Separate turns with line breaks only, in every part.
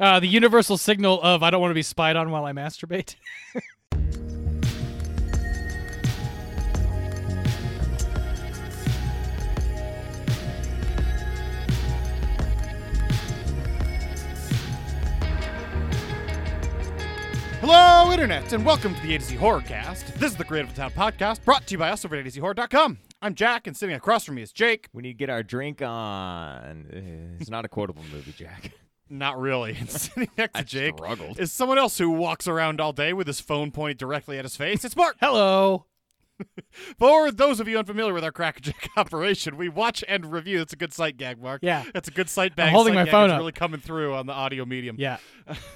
Uh, the universal signal of I don't want to be spied on while I masturbate.
Hello, Internet, and welcome to the A to Z Horrorcast. This is the Creative Town podcast brought to you by us over at ADZHorror.com. I'm Jack, and sitting across from me is Jake.
We need to get our drink on. Uh, It's not a quotable movie, Jack.
Not really. And sitting next to Jake
struggled.
is someone else who walks around all day with his phone pointed directly at his face. It's Mark.
Hello.
For those of you unfamiliar with our Cracker Jack operation, we watch and review. That's a good sight gag, Mark.
Yeah.
That's a good sight bang.
holding
sight
my
gag.
phone
It's
up.
really coming through on the audio medium.
Yeah.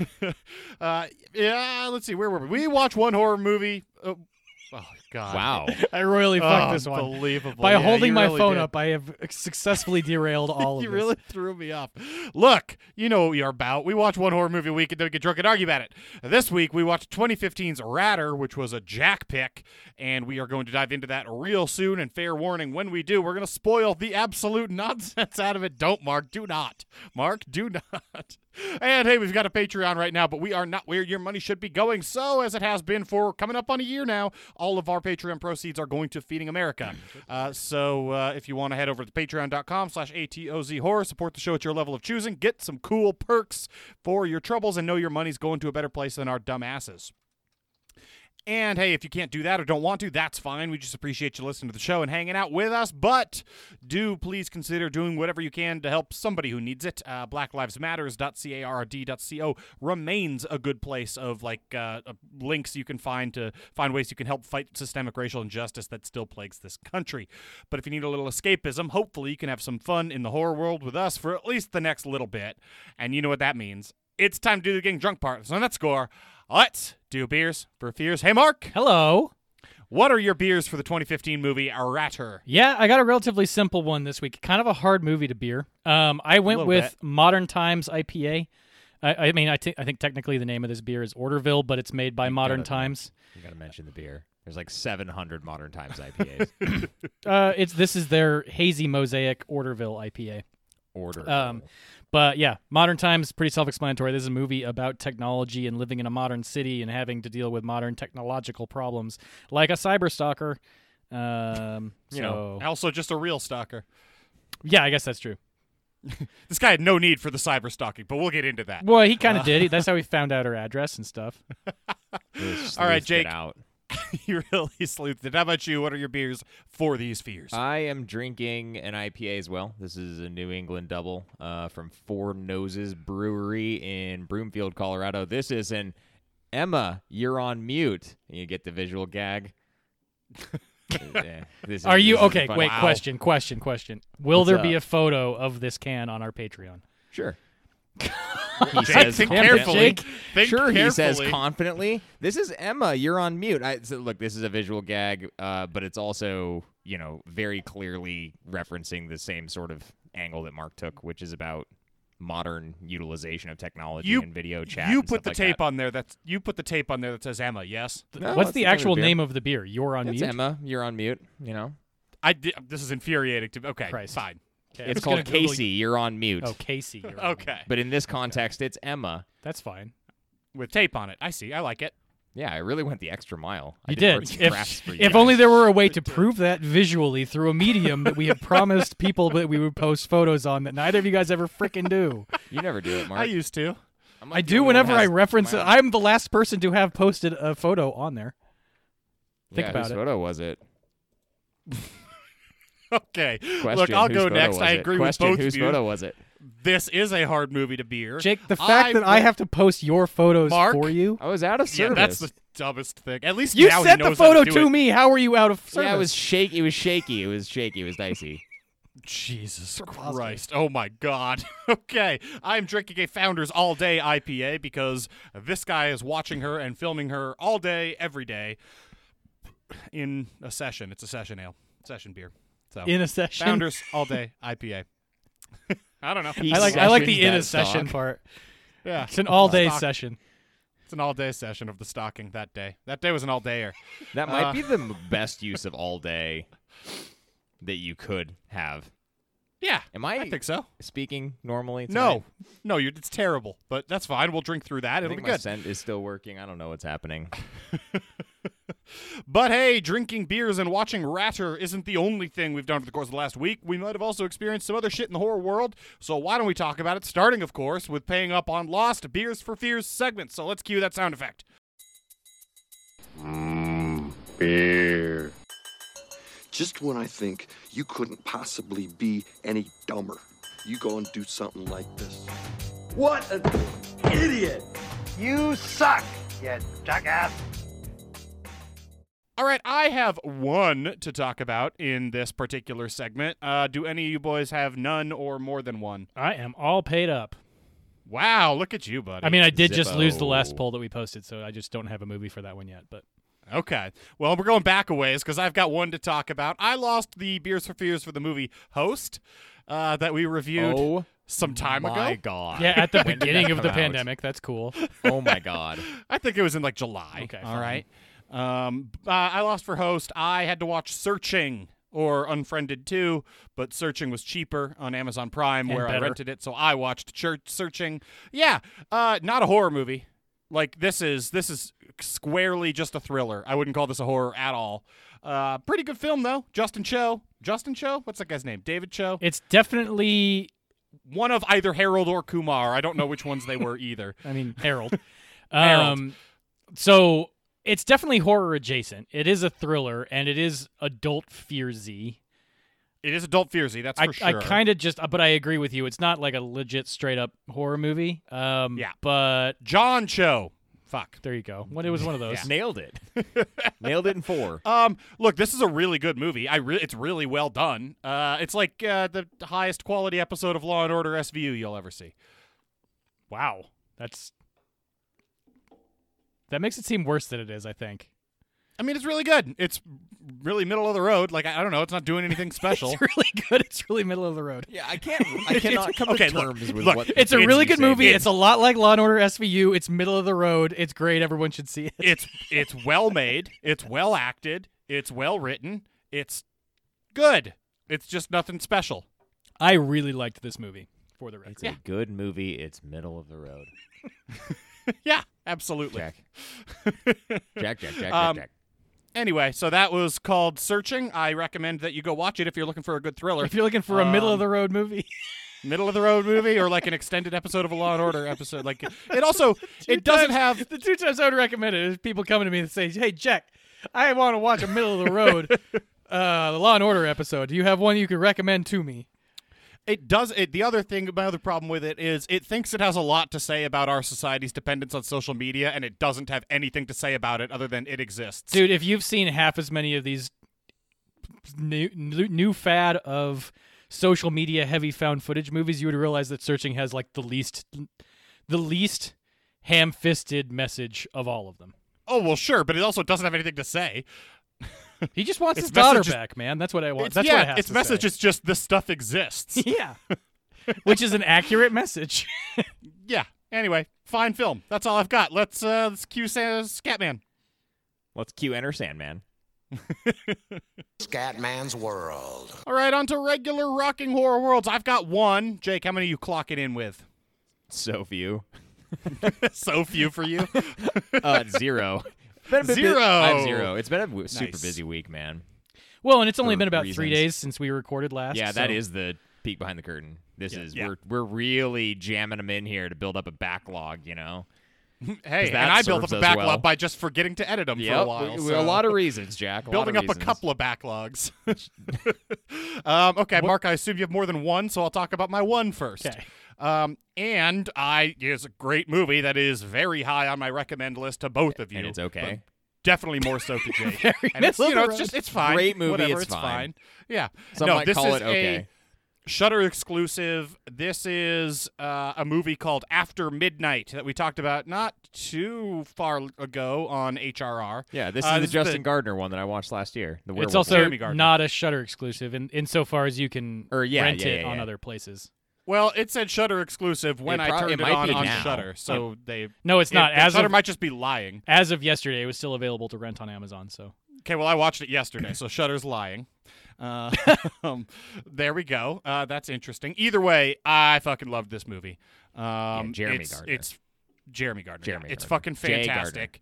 uh, yeah, let's see. Where were we? We watch one horror movie. Oh, oh God.
Wow.
I royally fucked this one.
Oh, Unbelievable.
By
Yeah,
holding
you
my
really
phone
did.
up, I have successfully derailed all of
you
this.
really threw me off. Look, you know what we are about. We watch one horror movie a week and then we get drunk and argue about it. This week we watched 2015's Ratter, which was a Jack pick, and we are going to dive into that real soon. And fair warning, when we do, we're going to spoil the absolute nonsense out of it. Don't, Mark. Do not, Mark. Do not. And hey, we've got a Patreon right now, but we are not where your money should be going. So, as it has been for coming up on a year now, all of our Patreon proceeds are going to Feeding America. Uh, so, uh, if you want to head over to patreon.com slash ATOZ horror, support the show at your level of choosing, get some cool perks for your troubles, and know your money's going to a better place than our dumb asses. And hey, if you can't do that or don't want to, that's fine. We just appreciate you listening to the show and hanging out with us. But do please consider doing whatever you can to help somebody who needs it. Uh, BlackLivesMatters.card.co remains a good place of like uh, uh, links you can find to find ways you can help fight systemic racial injustice that still plagues this country. But if you need a little escapism, hopefully you can have some fun in the horror world with us for at least the next little bit. And you know what that means. It's time to do the getting drunk part. So on that score, let's do beers for fears. Hey, Mark,
Hello.
what are your beers for the 2015 movie Ratter?
Yeah, I got a relatively simple one this week. Kind of a hard movie to beer. Um, I went
Little
with Modern Times IPA. I, I mean, I, thi- I think technically the name of this beer is Orderville, but it's made by Modern
gotta mention-
Times.
You gotta mention the beer. There's like 700 Modern Times IPAs.
Uh, it's this is their hazy mosaic Orderville IPA.
Order.
Um, but yeah, modern times pretty self-explanatory. This is a movie about technology and living in a modern city and having to deal with modern technological problems, like a cyber stalker. Um,
You know,
so-
Also, just a real stalker.
yeah, I guess that's true.
This guy had no need for the cyber stalking, but we'll get into that.
Well, he
Uh,
kind of did. He- That's how he found out her address and stuff.
Really
all right,
sleuthed it
Jake.
Out.
you really sleuthed it. How about you? What are your beers for these fears?
I am drinking an IPA as well. This is a New England double uh, from Four Noses Brewery in Broomfield, Colorado. This is an Emma, you're on mute. You get the visual gag. Yeah, this is-
Are you
this is
okay?
fun.
Wait,
Wow.
question, question, question. Will
What's
there be
up?
a photo of this can on our Patreon?
Sure. he
Jake, think
confidently.
carefully.
Jake,
Think
sure, he says
carefully.
confidently. This is Emma. You're on mute. I, so look, this is a visual gag, uh, but it's also you know very clearly referencing the same sort of angle that Mark took, which is about modern utilization of technology
You-
and video chat.
you
and
put
stuff
the
like
tape
that.
on there. That's you put the tape on there that says Emma. Yes,
No,
What's
that's
the
name of
actual
beer.
name of the beer? You're on
It's
mute.
Emma. You're on mute. You know,
I did. This is infuriating to. Okay,
Christ.
fine.
Okay,
it's
I'm just gonna
called
Google
Casey. You're on mute.
you- Oh, Casey. you're on.
Okay,
But in this context, it's Emma.
that's fine.
with tape on it. I see. I like it.
Yeah, I really went the extra mile. I
You
did.
did.
arts and crafts
If,
for you
if
guys.
only there were a way to prove that visually through a medium that we have promised people that we would post photos on that neither of you guys ever freaking do.
you never do it, Mark.
I used to.
I'm
I
like the
do
only one
whenever
that
I
has
reference it.
my-
I'm the last person to have posted a photo on there. Think
yeah,
about
whose
it.
photo was it?
Okay.
Question,
Look, I'll
whose
go
photo
next.
was
I
it?
agree
Question,
with both
whose
of you.
photo was it?
This is a hard movie to beer.
Jake, the fact that I
will-
have to post your photos
Mark?
for you.
I was out of
Yeah,
service.
that's the dumbest thing. At least
You
now he
sent the
knows how
photo
to,
to,
do it.
me. How are you out of service?
yeah, it was shaky. It was shaky. It was shaky. It was dicey.
Jesus
positive.
Christ. Oh my God. okay. I'm drinking a Founders All Day IPA because this guy is watching her and filming her all day, every day in a session. It's a session ale, session beer. So
in a session.
Founders All Day IPA. I don't know.
He
I like I like the
sessioned
in a
that
session
stock.
part.
Yeah.
It's an all day
Stock.
session.
It's an all day session of the stocking that day. That day was an all dayer.
That might
Uh,
be the m- best use of all day that you could have.
Yeah.
Am I,
I think so.
speaking normally?
No,
tonight?
no, you're, it's terrible, but that's fine. We'll drink through that.
I
It'll be
think my
good.
scent is still working. I don't know what's happening.
But hey, drinking beers and watching Ratter isn't the only thing we've done for the course of the last week. We might have also experienced some other shit in the horror world. So why don't we talk about it? Starting, of course, with paying up on Lost Beers for Fears segment. So let's cue that sound effect.
Mmm, beer.
Just when I think you couldn't possibly be any dumber, you go and do something like this.
What an idiot! You suck, you jackass!
All right, I have one to talk about in this particular segment. Uh, do any of you boys have none or more than one?
I am all paid up.
Wow, look at you, buddy.
I mean, I did just lose the last
Zippo.
poll that we posted, so I just don't have a movie for that one yet. But
Okay. Well, we're going back a ways because I've got one to talk about. I lost the Beers for Fears for the movie Host uh, that we reviewed
oh
some time
my
ago.
god.
yeah, at the
When did
beginning
that
of the
come out?
pandemic, that's cool.
Oh my god.
I think it was in like July.
Okay,
All
fine.
right. Um, uh, I lost for Host. I had to watch Searching or Unfriended 2, but Searching was cheaper on Amazon Prime
And
where I
better.
rented it, so I watched Church Searching. Yeah, uh, not a horror movie. Like this is this is squarely just a thriller. I wouldn't call this a horror at all. Uh, pretty good film though. Justin Cho. Justin Cho? What's that guy's name? David Cho?
It's definitely,
One of either Harold or Kumar. I don't know which ones they were either.
I mean, Harold.
Harold.
Um, so it's definitely horror adjacent. It is a thriller, and it is adult fearsy.
It is adult fearsy, that's
I,
for sure.
I kind of just, but I agree with you. It's not like a legit straight up horror movie. Um,
Yeah.
But
John Cho. Fuck.
there you go. What it was one of those.
Nailed it. Nailed it in four.
Um, look, this is a really good movie. I re- it's really well done. Uh, it's like uh, the highest quality episode of Law and Order SVU you'll ever see.
Wow, that's that makes it seem worse than it is. I think.
I mean, it's really good. It's really middle of the road. Like I, I don't know, it's not doing anything special.
It's really good. It's really middle of the road.
Yeah, I can't. I cannot come
okay,
to
look,
terms with
look,
what.
It's a really
you
good
say.
movie. It's, a lot like Law and Order SVU. It's middle of the road. It's great. Everyone should see it.
it's it's well made. It's well acted. It's well written. It's good. It's just nothing special.
I really liked this movie. For the record,
It's a good movie. It's middle of the road.
yeah, absolutely.
Jack. Jack. Jack. Jack. Jack.
Um,
Jack.
Anyway, so that was called Searching. I recommend that you go watch it if you're looking for a good thriller.
if you're looking for a middle of the road movie,
middle of the road movie or like an extended episode of a Law and Order episode. Like it also it doesn't have
the two times I would recommend it is people coming to me and say, "Hey, Jack, I want to watch a middle of the road uh, Law and Order episode. Do you have one you could recommend to me?"
it does it the other thing my other problem with it is it thinks it has a lot to say about our society's dependence on social media and it doesn't have anything to say about it other than it exists.
dude if you've seen half as many of these new, new new fad of social media heavy found footage movies you would realize that searching has like the least the least ham-fisted message of all of them
Oh well sure, but it also doesn't have anything to say.
he just wants
Its
his daughter
message is-
back man that's what i want
It's-
that's
yeah,
what it has
its
to
message
say.
is just this stuff exists.
yeah which is an accurate message
yeah. Anyway, fine film. That's all I've got. Let's uh let's cue Sa- Scatman.
Let's cue Enter Sandman.
Scatman's World.
All right, on to regular rocking horror worlds. I've got one. Jake, how many are you clocking in with?
So few.
so few for you.
Uh, zero. Been a bit bu-
Zero.
I'm zero. It's been a w- super
Nice.
busy week, man.
well and it's only
For
been about three
reasons.
days since we recorded last
Yeah, that
so-
is the peek behind the curtain. This is
Yeah.
we're we're really jamming them in here to build up a backlog. You know,
Hey,
'Cause
and
that
I built up
serves
a
us
backlog
well.
by just forgetting to edit them for a while.
we- we-
so-
a lot of reasons, Jack. A lot
building up
of
a
reasons.
couple of backlogs. um, okay, Mark, I assume you have more than one, so I'll talk about my one first.
Okay.
Um, and I is a great movie that is very high on my recommend list to both of you.
And it's okay.
but Definitely more so to Jake. and it's,
middle
you know,
of the
it's
road.
just it's fine.
Great movie,
Whatever,
it's
fine.
fine.
Yeah.
Some
no,
might
this
call
is
it okay.
a Shutter exclusive. This is uh, a movie called After Midnight that we talked about not too far ago on HRR.
Yeah, this
Uh,
is the Justin
the-
Gardner one that I watched last year. The
it's
werewolf
also
one.
Jeremy Gardner.
not a shutter exclusive in insofar as you can
Or, yeah,
rent
yeah,
it
yeah,
on
yeah.
other places
Well, it said Shutter exclusive when
It
I
prob-
turned
it
it,
might
on
be
on
now.
Shutter. So they
No, it's not. As
Shutter
of,
might just be lying.
as of yesterday, it was still available to rent on Amazon. So
Okay, well I watched it yesterday, so Shutter's lying. Uh, um, there we go. Uh, that's interesting. Either way, I fucking loved this movie. Um,
Jeremy
it's,
Gardner.
It's Jeremy Gardner. yeah.
Jeremy
It's
Gardner.
fucking
Jay Gardner.
fantastic.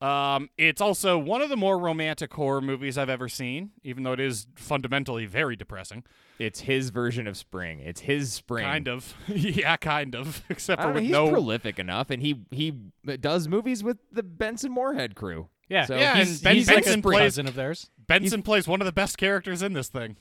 Um, it's also one of the more romantic horror movies I've ever seen, even though it is fundamentally very depressing.
It's his version of spring. It's his spring.
Kind of. yeah, kind of. Except
I
for
don't know,
with
he's
no
prolific enough, and he he does movies with the Benson Moorhead crew.
Yeah.
so
Yeah,
he's,
and Ben
He's
he's like a
Benson
like a
plays-
cousin of theirs.
Benson plays one of the best characters in this thing.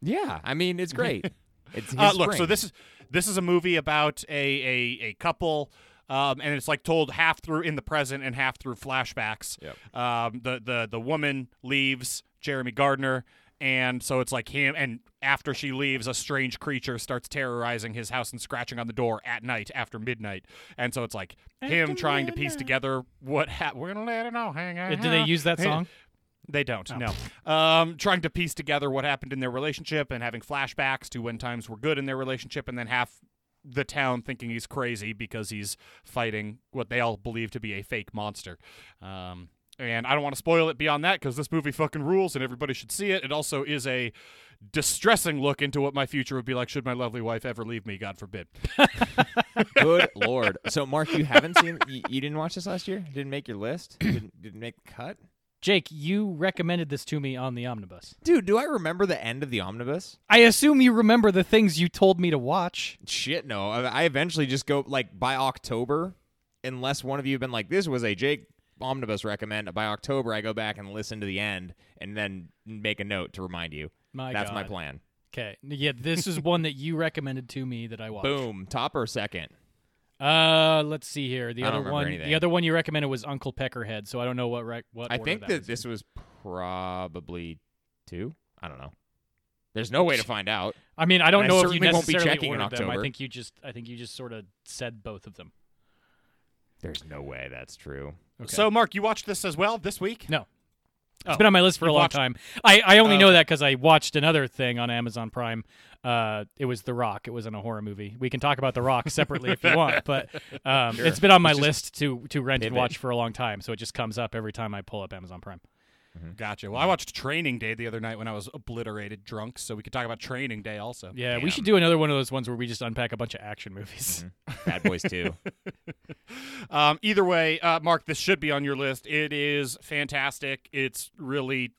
Yeah, I mean it's great. It's his
Uh, look, so
spring.
this is this is a movie about a a, a couple, um, and it's like told half through in the present and half through flashbacks.
Yep.
Um, the the the woman leaves Jeremy Gardner, and so it's like him. And after she leaves, a strange creature starts terrorizing his house and scratching on the door at night after midnight. And so it's like him trying to piece together what ha- we're gonna let it all hang out.
Did Uh, they use that song?
They don't.
Oh.
No. Um, trying to piece together what happened in their relationship and having flashbacks to when times were good in their relationship, and then half the town thinking he's crazy because he's fighting what they all believe to be a fake monster. Um, and I don't want to spoil it beyond that because this movie fucking rules and everybody should see it. It also is a distressing look into what my future would be like should my lovely wife ever leave me, God forbid.
Good lord. So Mark, you haven't seen you, you didn't watch this last year? Didn't make your list? Didn't didn't make the cut?
Jake, you recommended this to me on the omnibus.
Dude, do I remember the end of the omnibus?
I assume you remember the things you told me to watch.
Shit, no. I, I eventually just go like by October, unless one of you have been like, "This was a Jake omnibus recommend." By October, I go back and listen to the end, and then make a note to remind you.
My
That's my
God.
plan.
Okay. Yeah, this is one that you recommended to me that I watched.
Boom, top or second?
Uh, let's see here. The
I don't
other
remember
one,
anything.
the other one you recommended was Uncle Peckerhead. So I don't know what rec- what.
I
order
think
that,
that
was.
this was probably two. I don't know. There's no way to find out.
I mean, I don't
I
know if you
certainly won't be
necessarily
checking in
ordered them. I
October.
think you just, I think you just sort of said both of them.
There's no way that's true.
So, Mark, you watched this as well this week?
No,
Oh.
it's been on my list for a
You
long
watched-
time. I, I only
Oh,
know
okay.
that because I watched another thing on Amazon Prime. Uh, it was The Rock. It wasn't a horror movie. We can talk about The Rock separately if you want, but um, it's been on my list to to rent and
pivot.
watch for a long time. So it just comes up every time I pull up Amazon Prime.
Gotcha. Well, I watched Training Day the other night when I was obliterated drunk, so we could talk about Training Day also.
Yeah, we should do another one of those ones where we just unpack a bunch of action
Mm-hmm.
movies.
Bad Boys Two.
Um, either way, uh, Mark, this should be on your list. It is fantastic. It's really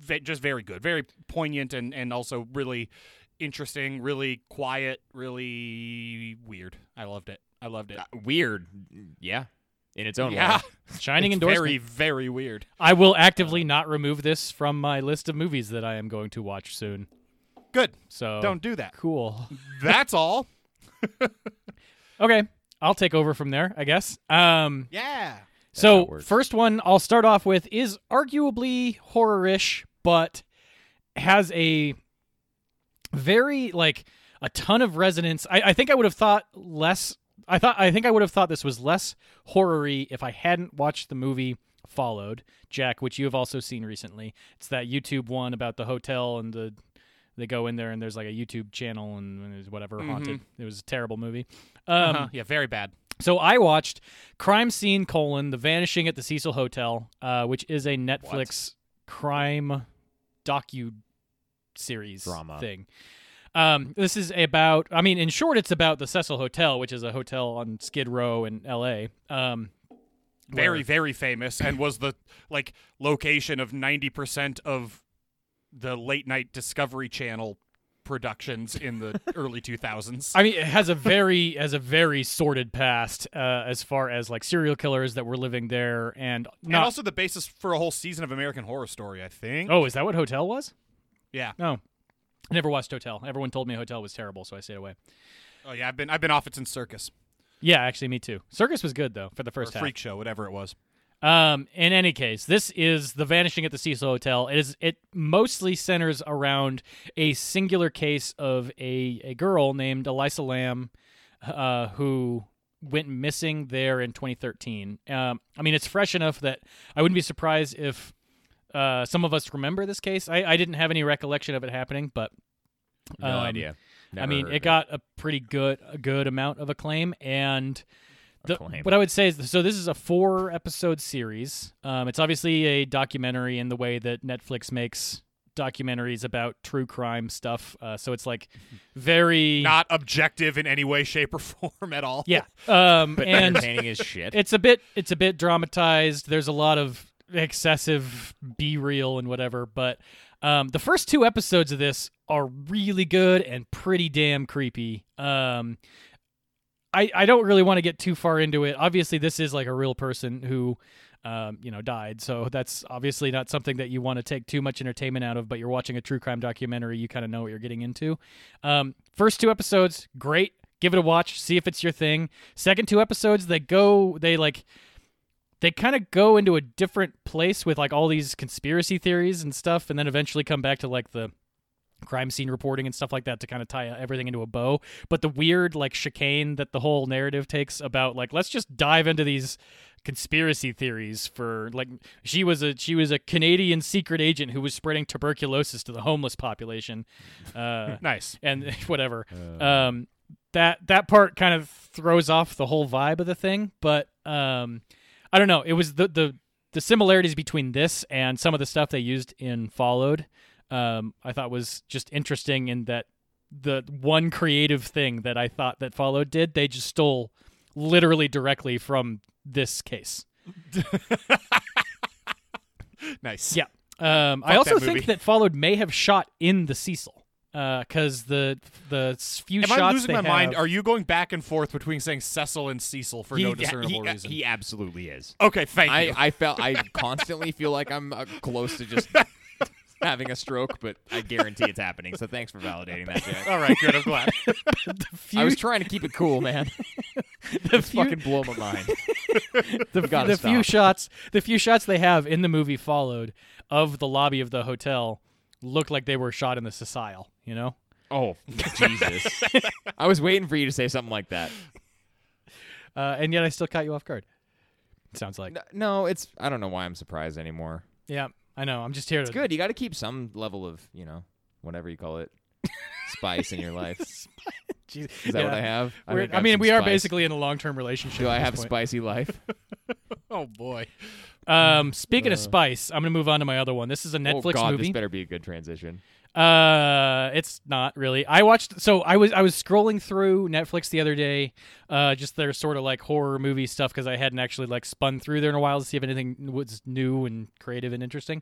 ve- just very good, very poignant, and, and also really interesting, really quiet, really weird. I loved it. I loved it.
Weird. Yeah. In its own
yeah,
way.
Shining
it's
endorsement.
very very weird.
I will actively not remove this from my list of movies that I am going to watch soon.
Good.
So
Don't do that.
Cool.
That's all.
Okay, I'll take over from there, I guess. Um,
Yeah.
how it
so
works.
first one I'll start off with is arguably horror-ish, but has a very like a ton of resonance. I, I think I would have thought less. I thought I think I would have thought this was less horror-y if I hadn't watched the movie Followed, Jack, which you have also seen recently. It's that YouTube one about the hotel and the they go in there and there's like a YouTube channel and, and there's whatever haunted. It was a terrible movie. Um,
Uh, yeah. Very bad.
so I watched Crime Scene: colon, The Vanishing at the Cecil Hotel, uh, which is a Netflix crime docu series
Drama.
thing. Um, this is about. I mean, in short, it's about the Cecil Hotel, which is a hotel on Skid Row in L.A. Um,
very
where-
very famous and was the like location of 90% of the late night discovery channel productions in the early 2000s
I mean, it has a very has a very sordid past uh, as far as like serial killers that were living there, and
and
not.
also the basis for a whole season of american horror story i think
oh, is that what hotel was?
yeah
No, I never watched Hotel. Everyone told me Hotel was terrible, so I stayed away.
oh yeah i've been i've been off it since circus
Yeah, actually, me too. Circus was good though for the
or
first half.
freak show whatever it was
Um, in any case, this is the Vanishing at the Cecil Hotel. It is it mostly centers around a singular case of a a girl named Elisa Lamb, uh, who went missing there in 2013. Um, I mean, it's fresh enough that I wouldn't be surprised if uh, some of us remember this case. I, I didn't have any recollection of it happening, but
No
um,
idea. Never
I mean,
heard
it
of
got a pretty good a good amount of acclaim, and the,
Acclaim.
what I would say is so this is a four episode series. Um, it's obviously a documentary in the way that Netflix makes documentaries about true crime stuff. Uh, so it's like very
Not objective in any way, shape, or form at all.
yeah. Um, and
entertaining as shit.
it's a bit it's a bit dramatized. There's a lot of excessive b reel and whatever, but um, the first two episodes of this are really good and pretty damn creepy. Um, I I don't really want to get too far into it. Obviously, this is like a real person who. Um, you know, died. So that's obviously not something that you want to take too much entertainment out of. But you're watching a true crime documentary, you kind of know what you're getting into. Um, first two episodes, great. Give it a watch. See if it's your thing. Second two episodes, they go, they like, they kind of go into a different place with like all these conspiracy theories and stuff, and then eventually come back to like the crime scene reporting and stuff like that to kind of tie everything into a bow. But the weird like chicane that the whole narrative takes about like let's just dive into these conspiracy theories for like she was a she was a Canadian secret agent who was spreading tuberculosis to the homeless population. Uh,
Nice.
and whatever. um, that that part kind of throws off the whole vibe of the thing, but um, I don't know. It was the the the similarities between this and some of the stuff they used in Followed. Um, I thought was just interesting in that the one creative thing that I thought that Followed did, they just stole literally directly from this case.
Nice.
Yeah. Um, I also
that
think
movie.
that Followed may have shot in the Cecil because the the few
Am
shots
I losing
they
my
have,
mind? Are you going back and forth between saying Cecil and Cecil for
he,
no
yeah, he,
discernible
uh,
reason?
he absolutely is.
okay, thank
I,
you.
I felt I constantly feel like I'm uh, close to just having a stroke, but I guarantee it's happening. So thanks for validating that, Jack.
all right, good. I'm glad.
I was trying to keep it cool, man. It's
few-
fucking blow my mind.
the,
gotta
the few
stop.
shots the few shots they have in the movie followed of the lobby of the hotel look like they were shot in the Sicile, you know?
Oh Jesus! I was waiting for you to say something like that.
Uh, and yet I still caught you off guard. It sounds like.
No, no, it's I don't know why I'm surprised anymore.
Yeah, I know. I'm just here to
It's good. You got to keep some level of you know whatever you call it spice in your life. Is
Jeez.
that what
Yeah.
I have?
We're-
think
I,
have
mean,
some
we are
spice.
basically in a long-term relationship.
Do
at
I
this
have
point.
spicy life?
oh boy.
Um, speaking of spice, I'm gonna move on to my other one. This is a Netflix
Uh. oh God,
movie.
this better be a good transition.
Uh, it's not really. I watched. So I was I was scrolling through Netflix the other day, uh, just their sort of like horror movie stuff because I hadn't actually like spun through there in a while to see if anything was new and creative and interesting,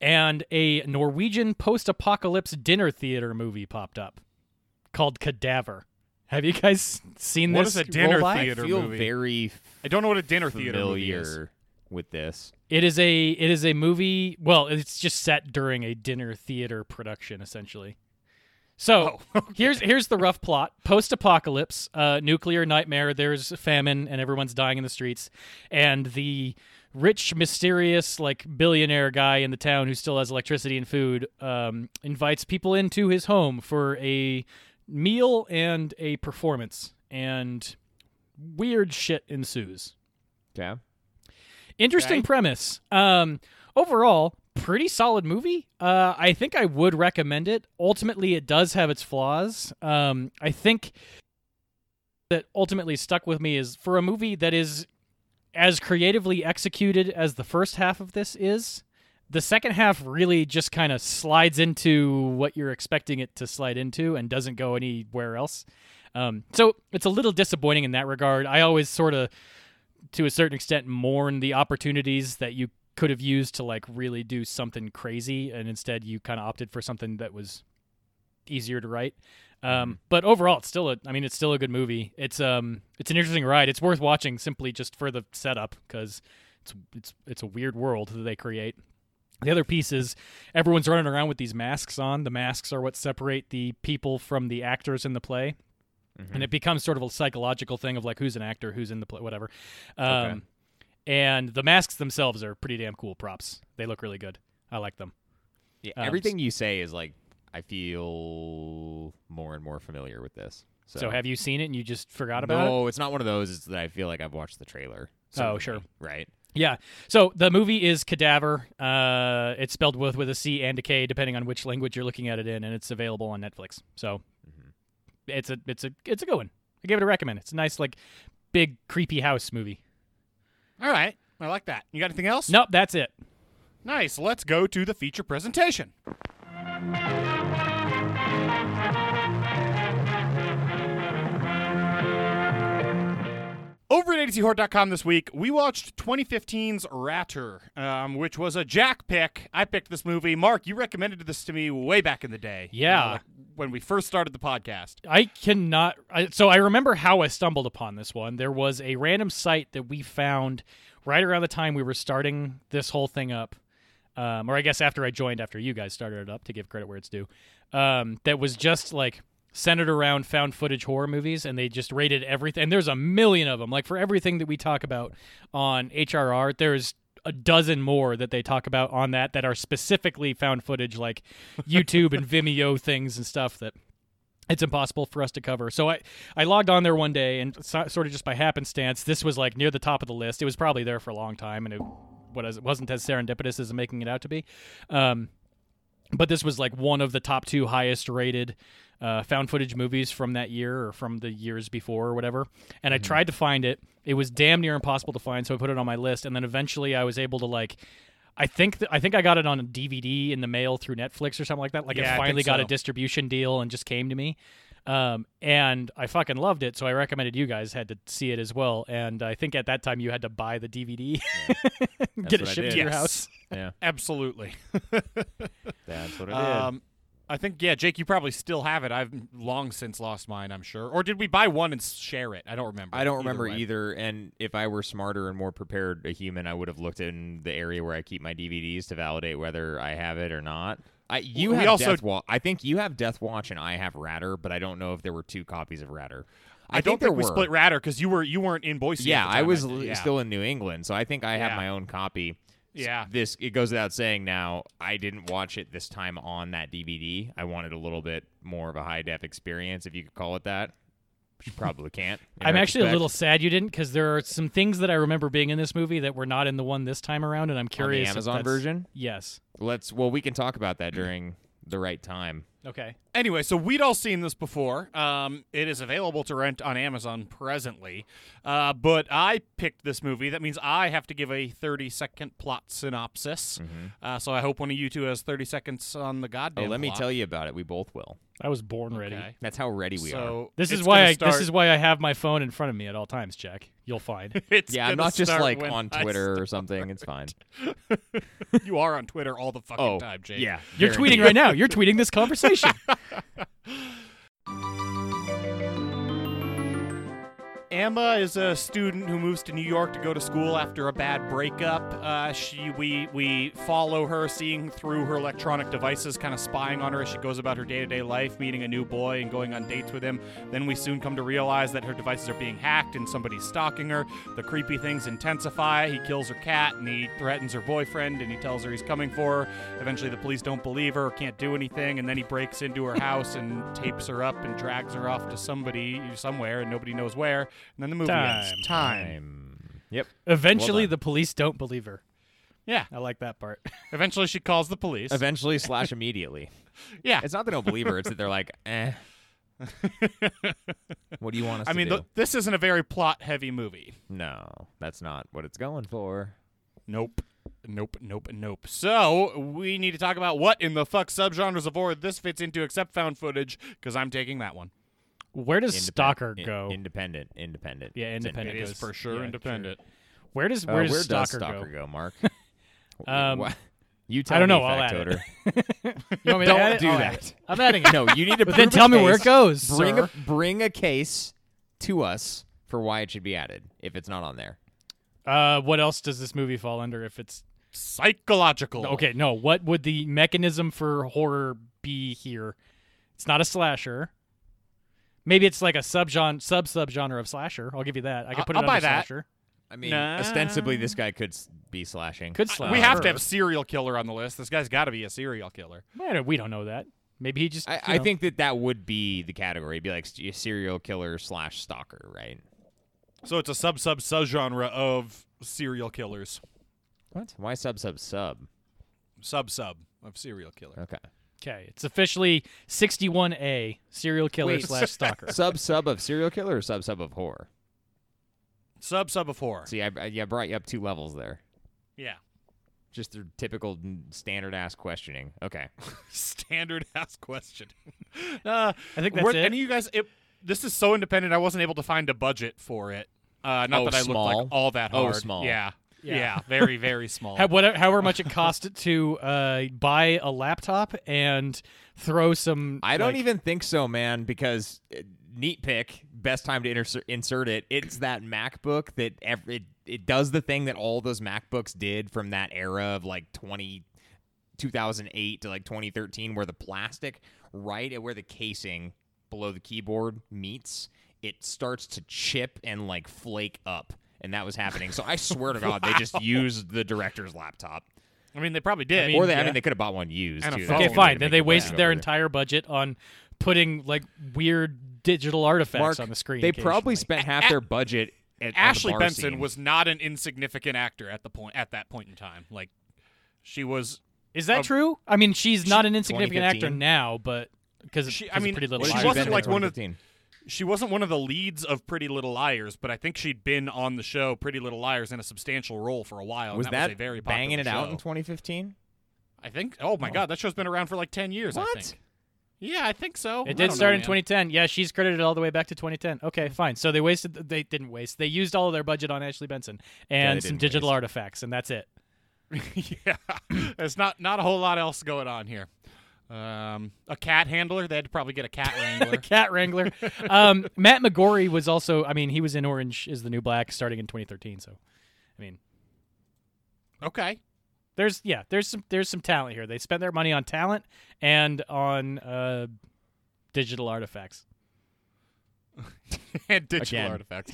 and a Norwegian post-apocalypse dinner theater movie popped up called Cadaver. Have you guys seen
What
this?
is a dinner
roll by?
theater
I feel
movie?
very
I don't know what a dinner theater movie is.
familiar with this.
It is a it is a movie. Well, it's just set during a dinner theater production, essentially. So here's here's the rough plot: post apocalypse, uh, nuclear nightmare. There's famine, and everyone's dying in the streets. And the rich, mysterious, like billionaire guy in the town who still has electricity and food um, invites people into his home for a meal and a performance, and weird shit ensues.
Okay.
Interesting
Okay.
premise. Um, overall, pretty solid movie. Uh, I think I would recommend it. Ultimately, it does have its flaws. Um, I think that ultimately stuck with me is for a movie that is as creatively executed as the first half of this is. The second half really just kind of slides into what you're expecting it to slide into and doesn't go anywhere else. Um, so it's a little disappointing in that regard. I always sort of to a certain extent mourn the opportunities that you could have used to like really do something crazy and instead you kind of opted for something that was easier to write
Mm-hmm.
um, but overall it's still a i mean it's still a good movie it's um it's an interesting ride it's worth watching simply just for the setup because it's it's it's a weird world that they create the other piece is everyone's running around with these masks on the masks are what separate the people from the actors in the play
Mm-hmm.
and it becomes sort of a psychological thing of like who's an actor, who's in the play, whatever. Um,
Okay.
And the masks themselves are pretty damn cool props. They look really good. I like them.
Yeah,
Um,
everything you say is like I feel more and more familiar with this. So,
So, have you seen it and you just forgot about it?
No, it's not one of those. It's that I feel like I've watched the trailer.
Oh,
certainly,
sure.
Right.
Yeah. So the movie is Cadaver. Uh, it's spelled with with a C and a K, depending on which language you're looking at it in, and it's available on Netflix. So it's a it's a it's a good one. I give it a recommend. It's a nice like big creepy house movie.
All right. I like that. You got anything else?
Nope, that's it.
Nice. Let's go to the feature presentation. Over at ADCHorror.com this week, we watched 2015's Ratter, um, which was a Jack pick. I picked this movie. Mark, you recommended this to me way back in the day. you know,
Yeah.
like when we first started the podcast.
I cannot. I, so I remember how I stumbled upon this one. There was a random site that we found right around the time we were starting this whole thing up, um, or I guess after I joined, after you guys started it up, to give credit where it's due. Um, that was just like centered around found footage horror movies, and they just rated everything. And there's a million of them. Like for everything that we talk about on HRR, there's a dozen more that they talk about on that that are specifically found footage, like YouTube and Vimeo things and stuff that it's impossible for us to cover. So I, I logged on there one day and so, sort of just by happenstance, this was like near the top of the list. It was probably there for a long time and it, what is, it wasn't as serendipitous as I'm making it out to be. Um, but this was like one of the top two highest rated uh, found footage movies from that year or from the years before or whatever. And I
Mm-hmm.
tried to find it. It was damn near impossible to find, so I put it on my list. And then eventually I was able to like, I think th- I think I got it on a DVD in the mail through Netflix or something like that. Like
Yeah, I
it
think
finally got a
so.
distribution deal and just came to me. Um, and I fucking loved it, so I recommended you guys had to see it as well. And I think at that time you had to buy the DVD, get it
what I
shipped
did.
to your
Yes.
house.
Yeah,
Absolutely.
that's what it is.
Um, I think, yeah, Jake, you probably still have it. I've long since lost mine, I'm sure. Or did we buy one and share it? I don't remember.
I don't remember
way.
either. And if I were smarter and more prepared, a human, I would have looked in the area where I keep my DVDs to validate whether I have it or not. I you
We
have
also-
Death Watch. I think you have Death Watch and I have Ratter, but I don't know if there were two copies of Ratter.
I,
think
don't
there
think we
were.
split Ratter because you were you weren't in Boise. at
yeah,
the
I
time,
was
think.
l-
Yeah.
still in New England, so I think I have
Yeah.
my own copy. S-
Yeah.
This it goes without saying now, I didn't watch it this time on that DVD. I wanted a little bit more of a high def experience, if you could call it that. Which you probably can't. in
I'm actually a
retrospect.
little sad you didn't because there are some things that I remember being in this movie that were not in the one this time around, and I'm curious. if
Amazon
that's-
version?
Yes.
Let's well, we can talk about that during the right time.
Okay.
Anyway, so we'd all seen this before. Um, it is available to rent on Amazon presently, uh, but I picked this movie. That means I have to give a 30 second plot synopsis. Uh, so I hope one of you two has 30 seconds on the
Mm-hmm. Oh,
goddamn.
let me
plot.
tell you about it. We both will.
I was born ready.
Okay.
That's how ready we are.
So
This is
it's
why
gonna
I,
start-
this is why I have my phone in front of me at all times, Jack. You'll find.
It's
Yeah, I'm
gonna
not just
start
like
when
on
I
Twitter or something. It's fine.
you are on Twitter all the fucking
Oh,
time, Jake.
yeah.
You're tweeting right now. You're tweeting this conversation.
Emma is a student who moves to New York to go to school after a bad breakup. Uh, she we we follow her, seeing through her electronic devices, kind of spying on her as she goes about her day-to-day life, meeting a new boy and going on dates with him. Then we soon come to realize that her devices are being hacked and somebody's stalking her. The creepy things intensify. He kills her cat and he threatens her boyfriend and he tells her he's coming for her. Eventually, the police don't believe her, can't do anything, and then he breaks into her house and tapes her up and drags her off to somebody somewhere and nobody knows where. And then the movie
Time.
ends. Time.
Time. Yep.
Eventually,
Well done.
the police don't believe her.
Yeah.
I like that part.
Eventually, she calls the police.
Eventually slash immediately.
yeah.
It's not that I don't believe her. It's that they're like, eh. what do you want us
I
to
mean,
do?
th- this isn't a very plot-heavy movie.
no, that's not what it's going for.
Nope. Nope, nope, nope. So we need to talk about what in the fuck subgenres of horror this fits into, except found footage, because I'm taking that one.
Where does
Independ-
Stalker
in-
go?
independent. Independent.
Yeah,
It's
independent.
It is
goes-
for sure
yeah, sure.
independent.
where does
Uh,
where, does,
where
Stalker
does Stalker go, Mark?
Um,
Wha- you tell
I don't
me,
know. I'll add
factotum.
it. You want me to
Don't
add it?
do
I'll add
that.
it. I'm adding it.
No, you need to.
But then
prove a
tell me where
case.
it goes,
Bring
sir.
a bring a case to us for why it should be added if it's not on there.
Uh, what else does this movie fall under? If it's
Psychological.
Okay, no. What would the mechanism for horror be here? It's not a slasher. Maybe it's like a subgenre, sub subgenre of slasher. I'll give you that. I could
I-
put
I'll
it
buy
under
that.
slasher.
I mean,
Nah.
ostensibly this guy could s- be slashing.
Could slasher.
We have to have a serial killer on the list. This guy's got to be a serial killer.
Man, we don't know that. Maybe he just.
I,
you
I
know.
think that that would be the category. It'd be like s- serial killer slash stalker, right?
So it's a sub sub subgenre of serial killers.
What? Why sub sub sub?
Sub sub of serial killer.
Okay.
Okay, it's officially 61A serial killer
Wait.
slash stalker.
sub sub of serial killer or sub sub of horror?
Sub sub of horror.
See, I, I yeah, brought you up two levels there.
Yeah.
Just their typical standard ass questioning. Okay.
Standard ass question. uh,
I think that's
were
it.
Any of you guys? It, this is so independent. I wasn't able to find a budget for it. Uh, not
Oh,
that I looked
small?
like all that
Oh,
hard.
small.
Yeah.
Yeah.
Yeah. Very very small.
How, what, however much it cost it to uh, buy a laptop and throw some.
I don't
like-
even think so, man, because uh, neat pick, best time to insert, insert it. It's that MacBook that ev- it, it does the thing that all those MacBooks did from that era of like 20, 2008 to like 2013, where the plastic right at where the casing below the keyboard meets, it starts to chip and like flake up. And that was happening. So I swear to God, they just used the director's laptop.
I mean, they probably did.
or they, I
yeah.
mean, they could have bought one used.
And a
too.
phone.
That's
Okay,
the way
fine.
to
Then
make
they
it
wasted
last
their
over.
entire budget on putting like weird digital artifacts
Mark,
on the screen.
They probably
occasionally.
spent half their budget. At, on the
Ashley
bar
Benson
scene.
was not an insignificant actor at the point at that point in time. Like, she was.
Is that true? I mean, she's not an insignificant actor
2015?
now, but because
She- I
I
mean,
mean, Pretty Little
What
she
did
Liars.
wasn't
spend
like
in
one of-
2015?
She wasn't one of the leads of Pretty Little Liars, but I think she'd been on the show Pretty Little Liars in a substantial role for a while.
Was
and Oh, that,
that
was a very popular
banging it out in
show.
2015?
I think. Oh my God, that show's been around for like ten years. I
What?
think. Yeah, I think so. I
It did
don't
start
know,
in
man.
2010. Yeah, she's credited all the way back to 2010. Okay, fine. So they wasted. They didn't waste. They used all of their budget on Ashley Benson and
they
some
didn't
digital
waste.
artifacts, and that's it.
yeah, there's not not a whole lot else going on here. Um, a cat handler. They had to probably get a cat wrangler.
Cat Wrangler. um, Matt McGorry was also. I mean, he was in Orange Is the New Black starting in 2013. So, I mean,
okay.
there's yeah, there's some there's some talent here. They spent their money on talent and on uh, digital artifacts.
and digital
Again.
artifacts.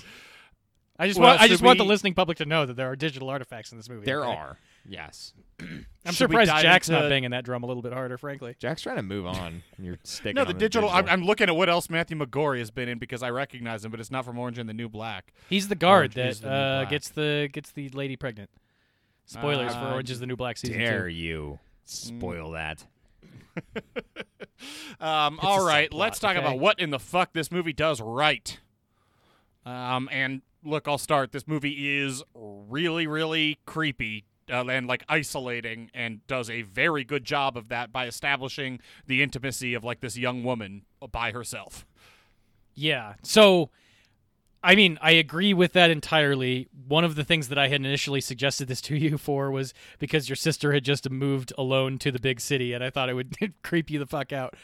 I just
Well,
want I
should
just want the
we-
listening public to know that there are digital artifacts in this movie.
There
okay?
are. Yes.
I'm
Should we
surprised
dive
Jack's
into-
not banging that drum a little bit harder, frankly.
Jack's trying to move on. and You're sticking.
No,
on
the digital. I'm, I'm looking at what else Matthew McGorry has been in because I recognize him, but it's not from Orange and the New Black.
He's the guard
Orange is
that
the New
uh,
Black.
gets the gets the lady pregnant. Spoilers for
Ah,
Orange is the New Black season
Dare Mm.
two.
you spoil that?
Um, all right, let's talk about what in the fuck this movie does right. Um, and look, I'll start. This movie is really, really creepy uh, and like isolating, and does a very good job of that by establishing the intimacy of like this young woman by herself.
Yeah. So, I mean, I agree with that entirely. One of the things that I had initially suggested this to you for was because your sister had just moved alone to the big city, and I thought it would creep you the fuck out.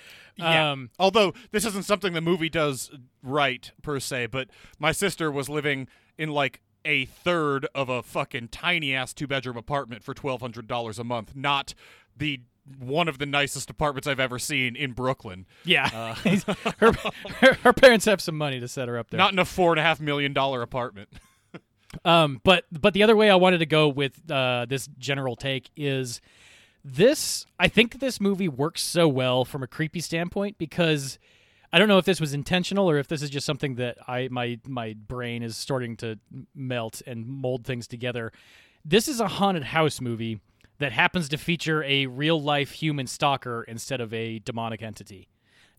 Um,
Although this isn't something the movie does right per se, but my sister was living in like a third of a fucking tiny ass two bedroom apartment for twelve hundred dollars a month. Not the one of the nicest apartments I've ever seen in Brooklyn.
yeah. her, her, her parents have some money to set her up there.
Not in a four and a half million dollar apartment.
Um, but but the other way I wanted to go with uh, this general take is this. I think that this movie works so well from a creepy standpoint because I don't know if this was intentional or if this is just something that I my my brain is starting to melt and mold things together. This is a haunted house movie that happens to feature a real life human stalker instead of a demonic entity.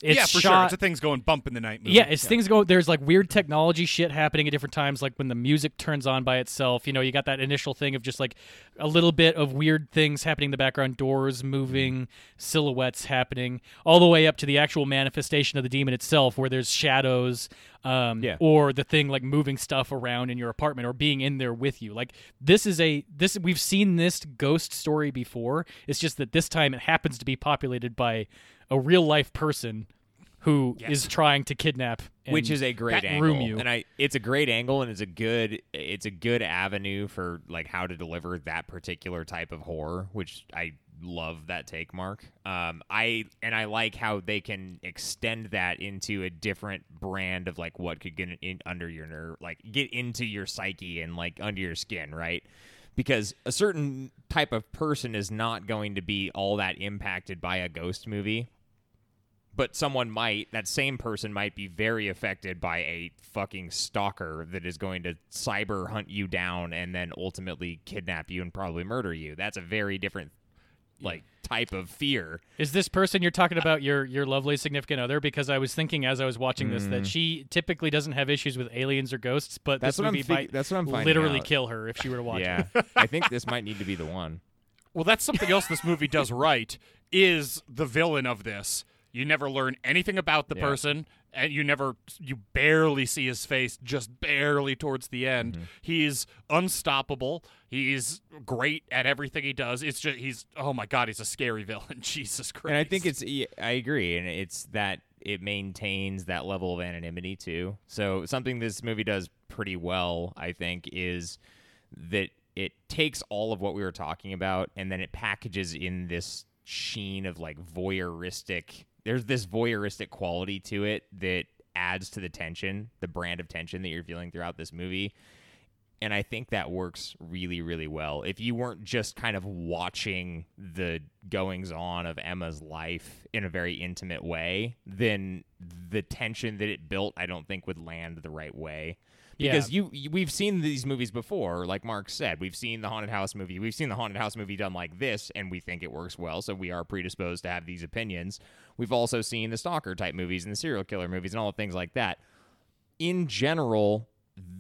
It's
yeah, for sure.
shot-
It's a thing's going bump in the night movie.
yeah, as things go, there's like weird technology shit happening at different times. Like when the music turns on by itself, you know, you got that initial thing of just like a little bit of weird things happening in the background, doors moving, silhouettes happening, all the way up to the actual manifestation of the demon itself, where there's shadows, um,
Yeah.
or the thing like moving stuff around in your apartment or being in there with you. Like this is a this we've seen this ghost story before. It's just that this time it happens to be populated by a real life person who is trying to kidnap, and
Which is a great
that
angle,
Room you.
and I. It's a great angle, and it's a good. It's a good avenue for like how to deliver that particular type of horror, which I love that take, Mark. Um, I and I like how they can extend that into a different brand of like what could get in under your nerve, like get into your psyche and like under your skin, right? because a certain type of person is not going to be all that impacted by a ghost movie but someone might that same person might be very affected by a fucking stalker that is going to cyber hunt you down and then ultimately kidnap you and probably murder you that's a very different like type of fear
is this person you're talking about your your lovely significant other? Because I was thinking as I was watching this that she typically doesn't have issues with aliens or ghosts, but
Hmm. That's
this
what I'm
movie
think-
might
that's what I'm finding
literally
out.
kill her if she were to watch it.
yeah i think this might need to be the one
Well, that's something else this movie does right is the villain of this. You never learn anything about the
Yeah.
person and you never you barely see his face just barely towards the end.
Mm-hmm.
He's unstoppable. He's great at everything he does. It's just he's oh my god, he's a scary villain. Jesus Christ.
And I think it's yeah, I agree, and it's that it maintains that level of anonymity too. So something this movie does pretty well, I think, is that it takes all of what we were talking about and then it packages in this sheen of like voyeuristic. There's this voyeuristic quality to it that adds to the tension, the brand of tension that you're feeling throughout this movie and I think that works really, really well. If you weren't just kind of watching the goings on of Emma's life in a very intimate way, then the tension that it built, I don't think would land the right way. Because you, you, we've seen these movies before, like Mark said, we've seen the haunted house movie, we've seen the haunted house movie done like this, and we think it works well, so we are predisposed to have these opinions. We've also seen the stalker type movies and the serial killer movies and all the things like that in general,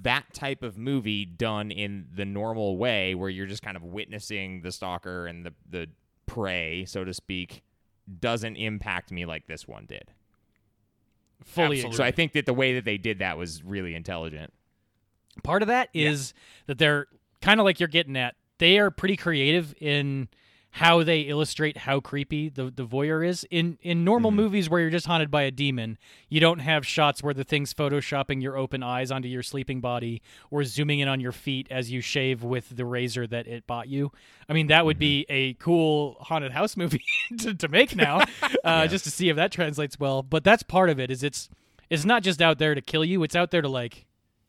that type of movie done in the normal way, where you're just kind of witnessing the stalker and the the prey, so to speak, doesn't impact me like this one did.
fully.
Absolutely.
So I think that the way that they did that was really intelligent.
Part of that is that they're kind of like you're getting at. They are pretty creative in how they illustrate how creepy the, the voyeur is. In in normal movies where you're just haunted by a demon, you don't have shots where the thing's photoshopping your open eyes onto your sleeping body or zooming in on your feet as you shave with the razor that it bought you. I mean, that would be a cool haunted house movie to, to make now, uh, just to see if that translates well. But that's part of it. Is it's it's not just out there to kill you. It's out there to like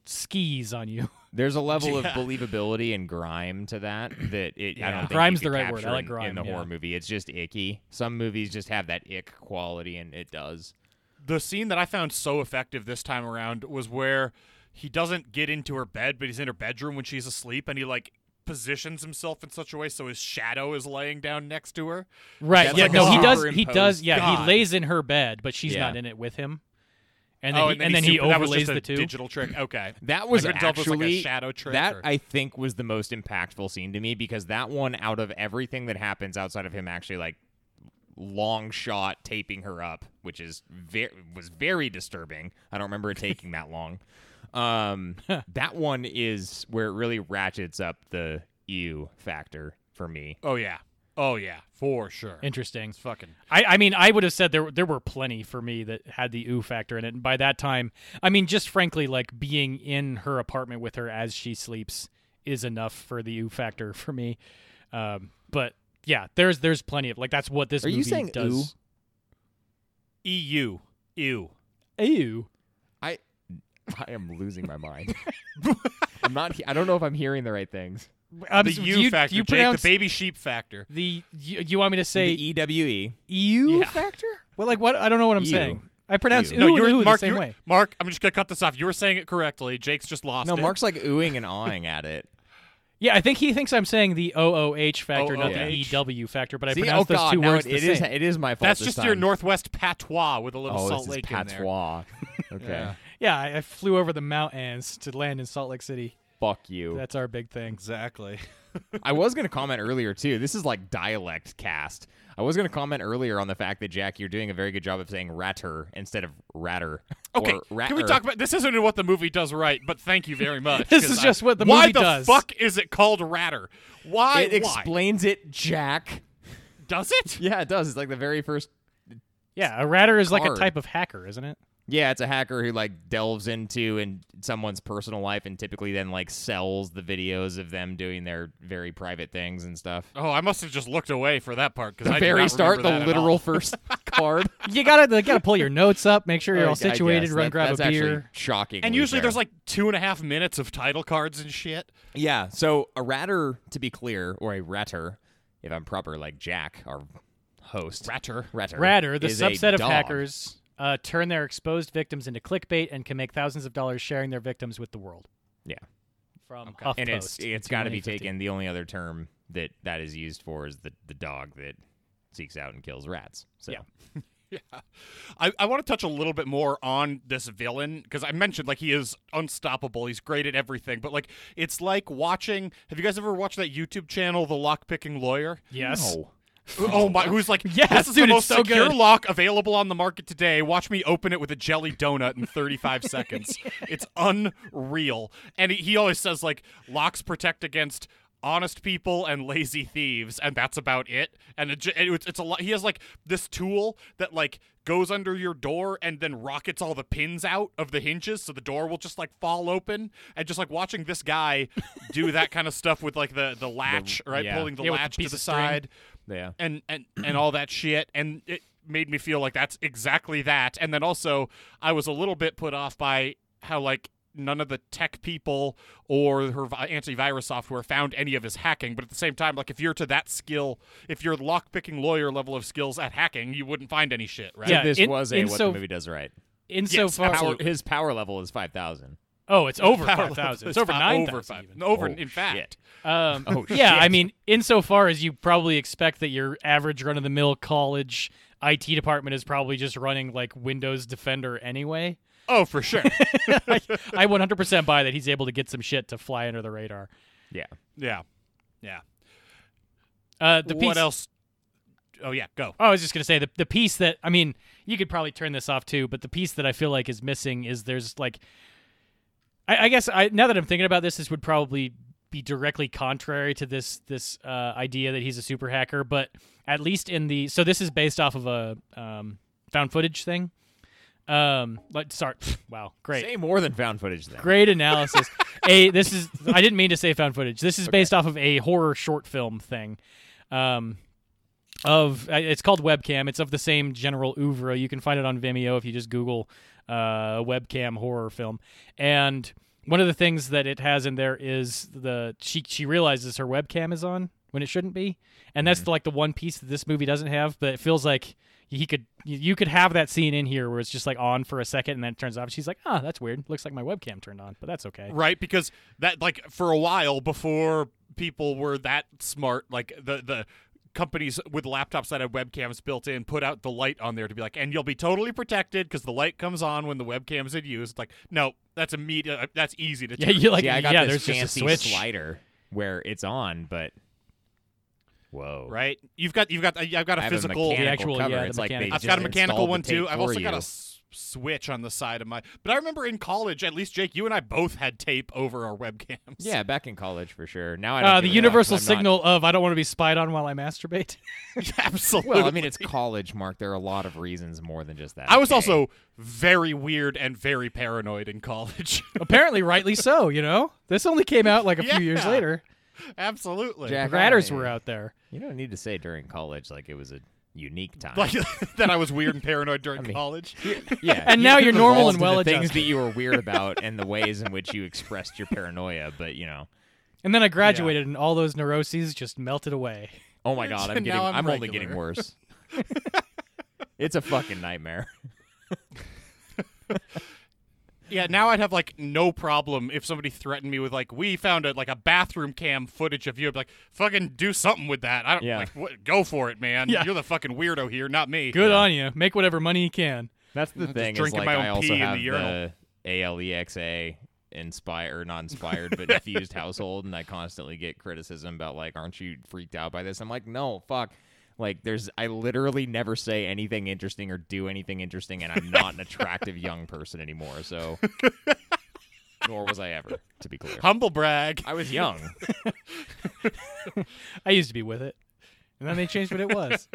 skis on you.
There's a level of believability and grime to that that it. I
Yeah.
don't think
Grime's
you could
the right word. I
capture
like
in- in
grime,
the
yeah.
horror movie. It's just icky. Some movies just have that ick quality, and it does.
the scene that I found so effective this time around was where he doesn't get into her bed, but he's in her bedroom when she's asleep, and he like positions himself in such a way so his shadow is laying down next to her.
Right.
That's
yeah.
like
no,
a
he does. He
superimposed
does. Yeah. He
God.
lays in her bed, but she's
Yeah.
not in it with him. And then,
oh,
he,
and then,
he,
he, super- that was
overlays
just a
the two.
digital trick. Okay,
That was
I couldn't tell if it was
actually
like a shadow trick.
That
or-
I think was the most impactful scene to me because that one, out of everything that happens outside of him actually like long shot taping her up, which is very was very disturbing. I don't remember it taking that long. Um, that one is where it really ratchets up the ew factor for me.
oh yeah, oh yeah, for sure.
Interesting.
It's fucking
I, I mean, I would have said there there were plenty for me that had the ooh factor in it. And by that time, I mean, just frankly, like being in her apartment with her as she sleeps is enough for the ooh factor for me. Um, but yeah, there's there's plenty of like that's what this
Are you
movie
saying
does.
eu E ew.
Ooh? Ew.
I I am losing my mind. I'm not. he- I don't know if I'm hearing the right things.
Um,
The
so
you,
do you,
factor,
do you
Jake,
pronounce
the baby sheep factor.
the you, you want me to say
the E ewe.
ew
Yeah.
factor? Well, like what? I don't know what I'm
Ew.
saying. I pronounce
Ew.
ooh
No,
and
you're
ooh
Mark.
the same
you're-
way.
Mark, I'm just gonna cut this off. You were saying it correctly. Jake's just lost.
No,
it.
Mark's like oohing and awing at it.
Yeah, I think he thinks I'm saying the OOH factor, not the
OOH.
EW factor, but I
See,
pronounce
oh
those
God,
two
now
words
it,
the
it
same.
is- it is my fault.
That's
this
just your
time.
Northwest patois with a little
Oh,
Salt
this
Lake
is
in there.
patois. okay,
Yeah.
Yeah, I, I flew over the mountains to land in Salt Lake City.
fuck you.
That's our big thing.
Exactly.
I was gonna comment earlier too. This is like dialect cast. I was gonna comment earlier on the fact that Jack, you're doing a very good job of saying ratter instead of ratter.
Okay,
or ratter.
can we talk about this? Isn't what the movie does right, but thank you very much.
This
'cause
is
I-
just what the
why
movie
the
does.
fuck is it called Ratter? Why?
It
why?
explains it, Jack.
Does it?
Yeah, it does. It's like the very first.
Yeah, a ratter is like a
Card.
type of hacker, isn't it?
Yeah, it's a hacker who like delves into in someone's personal life and typically then like sells the videos of them doing their very private things and stuff.
Oh, I must have just looked away for that part because
The
I did
very
not
start,
remember
the
that at
literal
all.
first card.
You gotta you gotta pull your notes up, make sure you're
I-
all
I
situated,
guess.
run
That-
grab
that's
a
actually
beer.
Shocking.
And usually
there.
there's like two and a half minutes of title cards and shit.
yeah. So a ratter, to be clear, or a ratter, if I'm proper, like Jack, our host,
Ratter.
ratter,
Ratter, the
is a
subset of
dog.
hackers, uh, turn their exposed victims into clickbait and can make thousands of dollars sharing their victims with the world.
Yeah.
From HuffPost.
and it's it's got to be
2015.
taken. The only other term that that is used for is the the dog that seeks out and kills rats. So
Yeah.
I, I want to touch a little bit more on this villain because I mentioned like he is unstoppable. He's great at everything, but like it's like watching. Have you guys ever watched that YouTube channel, The Lockpicking Lawyer?
Yes.
Oh my! Who's like?
Yes,
this is
dude,
the
it's
most
so
secure
good."
lock available on the market today. Watch me open it with a jelly donut in 35 seconds. It's unreal. And he, he always says like, locks protect against honest people and lazy thieves, and that's about it. And it, ju- it, it's- it's a lot. He has like this tool that like goes under your door and then rockets all the pins out of the hinges so the door will just like fall open and just like watching this guy do that kind of stuff with like the the latch right
yeah.
pulling the
Yeah, with the
latch to
piece
the
of string.
side
Yeah.
and and and all that shit and it made me feel like that's exactly that and then also i was a little bit put off by how like none of the tech people or her vi- antivirus software found any of his hacking but at the same time like if you're to that skill if you're lock picking lawyer level of skills at hacking you wouldn't find any shit right
Yeah,
this
in-
was a
in
what
so-
the movie does right.
Insofar,
Power, his power level is five thousand.
oh, it's over
Power
five thousand. It's
level
over
fi-
nine
over
thousand.
five over
Oh,
in fact
shit.
Um,
Oh,
yeah, I
shit.
mean, insofar as you probably expect that your average run of the mill college IT department is probably just running like Windows Defender anyway.
oh for sure
I, I 100% buy that he's able to get some shit to fly under the radar.
Yeah.
yeah yeah
Uh, the
what
piece,
else oh yeah go
I was just gonna say the the piece that I mean, you could probably turn this off too, but the piece that I feel like is missing is there's like, I, I guess I now that I'm thinking about this, this would probably be directly contrary to this this uh, idea that he's a super hacker, but at least in the so this is based off of a um, found footage thing. Um, like sorry, wow, great,
Say more than found footage then.
great analysis. a this is I didn't mean to say found footage. This is based off of a horror short film thing. Um of uh, it's called webcam it's of the same general oeuvre you can find it on vimeo if you just google uh, webcam horror film and one of the things that it has in there is the she she realizes her webcam is on when it shouldn't be and
Mm-hmm.
that's like the one piece that this movie doesn't have but it feels like he could you- you could have that scene in here where it's just like on for a second and then it turns off she's like ah that's weird looks like my webcam turned on but that's okay
right because that like for a while before people were that smart like the the companies with laptops that had webcams built in put out the light on there to be like and you'll be totally protected because the light comes on when the webcam's in use like no that's immediate uh, that's easy to
yeah
turn
you're like
See,
yeah,
I got
there's
this
just a
fancy
switch
slider where it's on, but whoa,
right you've got you've got uh, i've got
I
a
have
physical
mechanical
The actual-
cover.
yeah, the
it's like they
mechanical.
I've
just
got a mechanical
installed the
one too.
tape
I've
for
also got a
you.
s- switch on the side of my. But I remember in college, at least Jake, you and I both had tape over our webcams.
yeah, back in college for sure. Now I don't
uh,
give
the
a fuck.
universal
I'm not-
signal of i don't want to be spied on while i masturbate
absolutely.
well, I mean, it's college, Mark. There are a lot of reasons more than just that.
I was
okay?
also very weird and very paranoid in college.
Apparently, rightly so. You know, this only came out like a few years
Yeah.
later.
Absolutely.
Jack,
Ratters
I-
were out there.
You don't need to say during college like it was a unique time.
Like that I was weird and paranoid during
mean-
college.
yeah,
And
you
now
took
you're
the
normal
balls
and
to the
well-adjusted.
Things that you were weird about and the ways in which you expressed your paranoia, but you know,
And then I graduated, and all those neuroses just melted away.
oh my god, I'm
And
getting,
now I'm
only getting
regular.
worse. it's a fucking nightmare.
Yeah, now I'd have like no problem if somebody threatened me with like we found a like a bathroom cam footage of you. I'd be like, fucking do something with that. I don't
Yeah.
like what, go for it, man.
Yeah.
You're the fucking weirdo here, not me.
Good on you. Make whatever money you can.
That's the thing. Is
drinking
like
my own
I also
pee in the
have
urinal.
E ALEXA inspired or non-inspired but infused household, and I constantly get criticism about like, aren't you freaked out by this? I'm like, no, fuck. Like there's, I literally never say anything interesting or do anything interesting, and I'm not an attractive young person anymore. So, nor was I ever, to be clear.
Humble brag.
I was young.
I used to be with it, and then they changed what it was.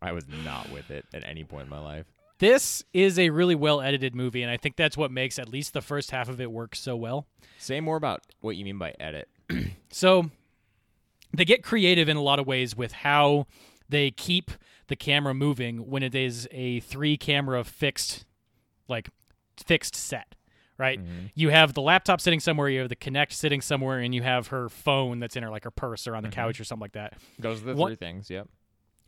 I was not with it at any point in my life.
this is a really well edited movie, and I think that's what makes at least the first half of it work so well.
Say more about what you mean by edit.
So they get creative in a lot of ways with how they keep the camera moving when it is a three camera fixed like fixed set right you have the laptop sitting somewhere you have the connect sitting somewhere and you have her phone that's in her like her purse or on the couch or something like that
Those are the
What-
three things. Yep.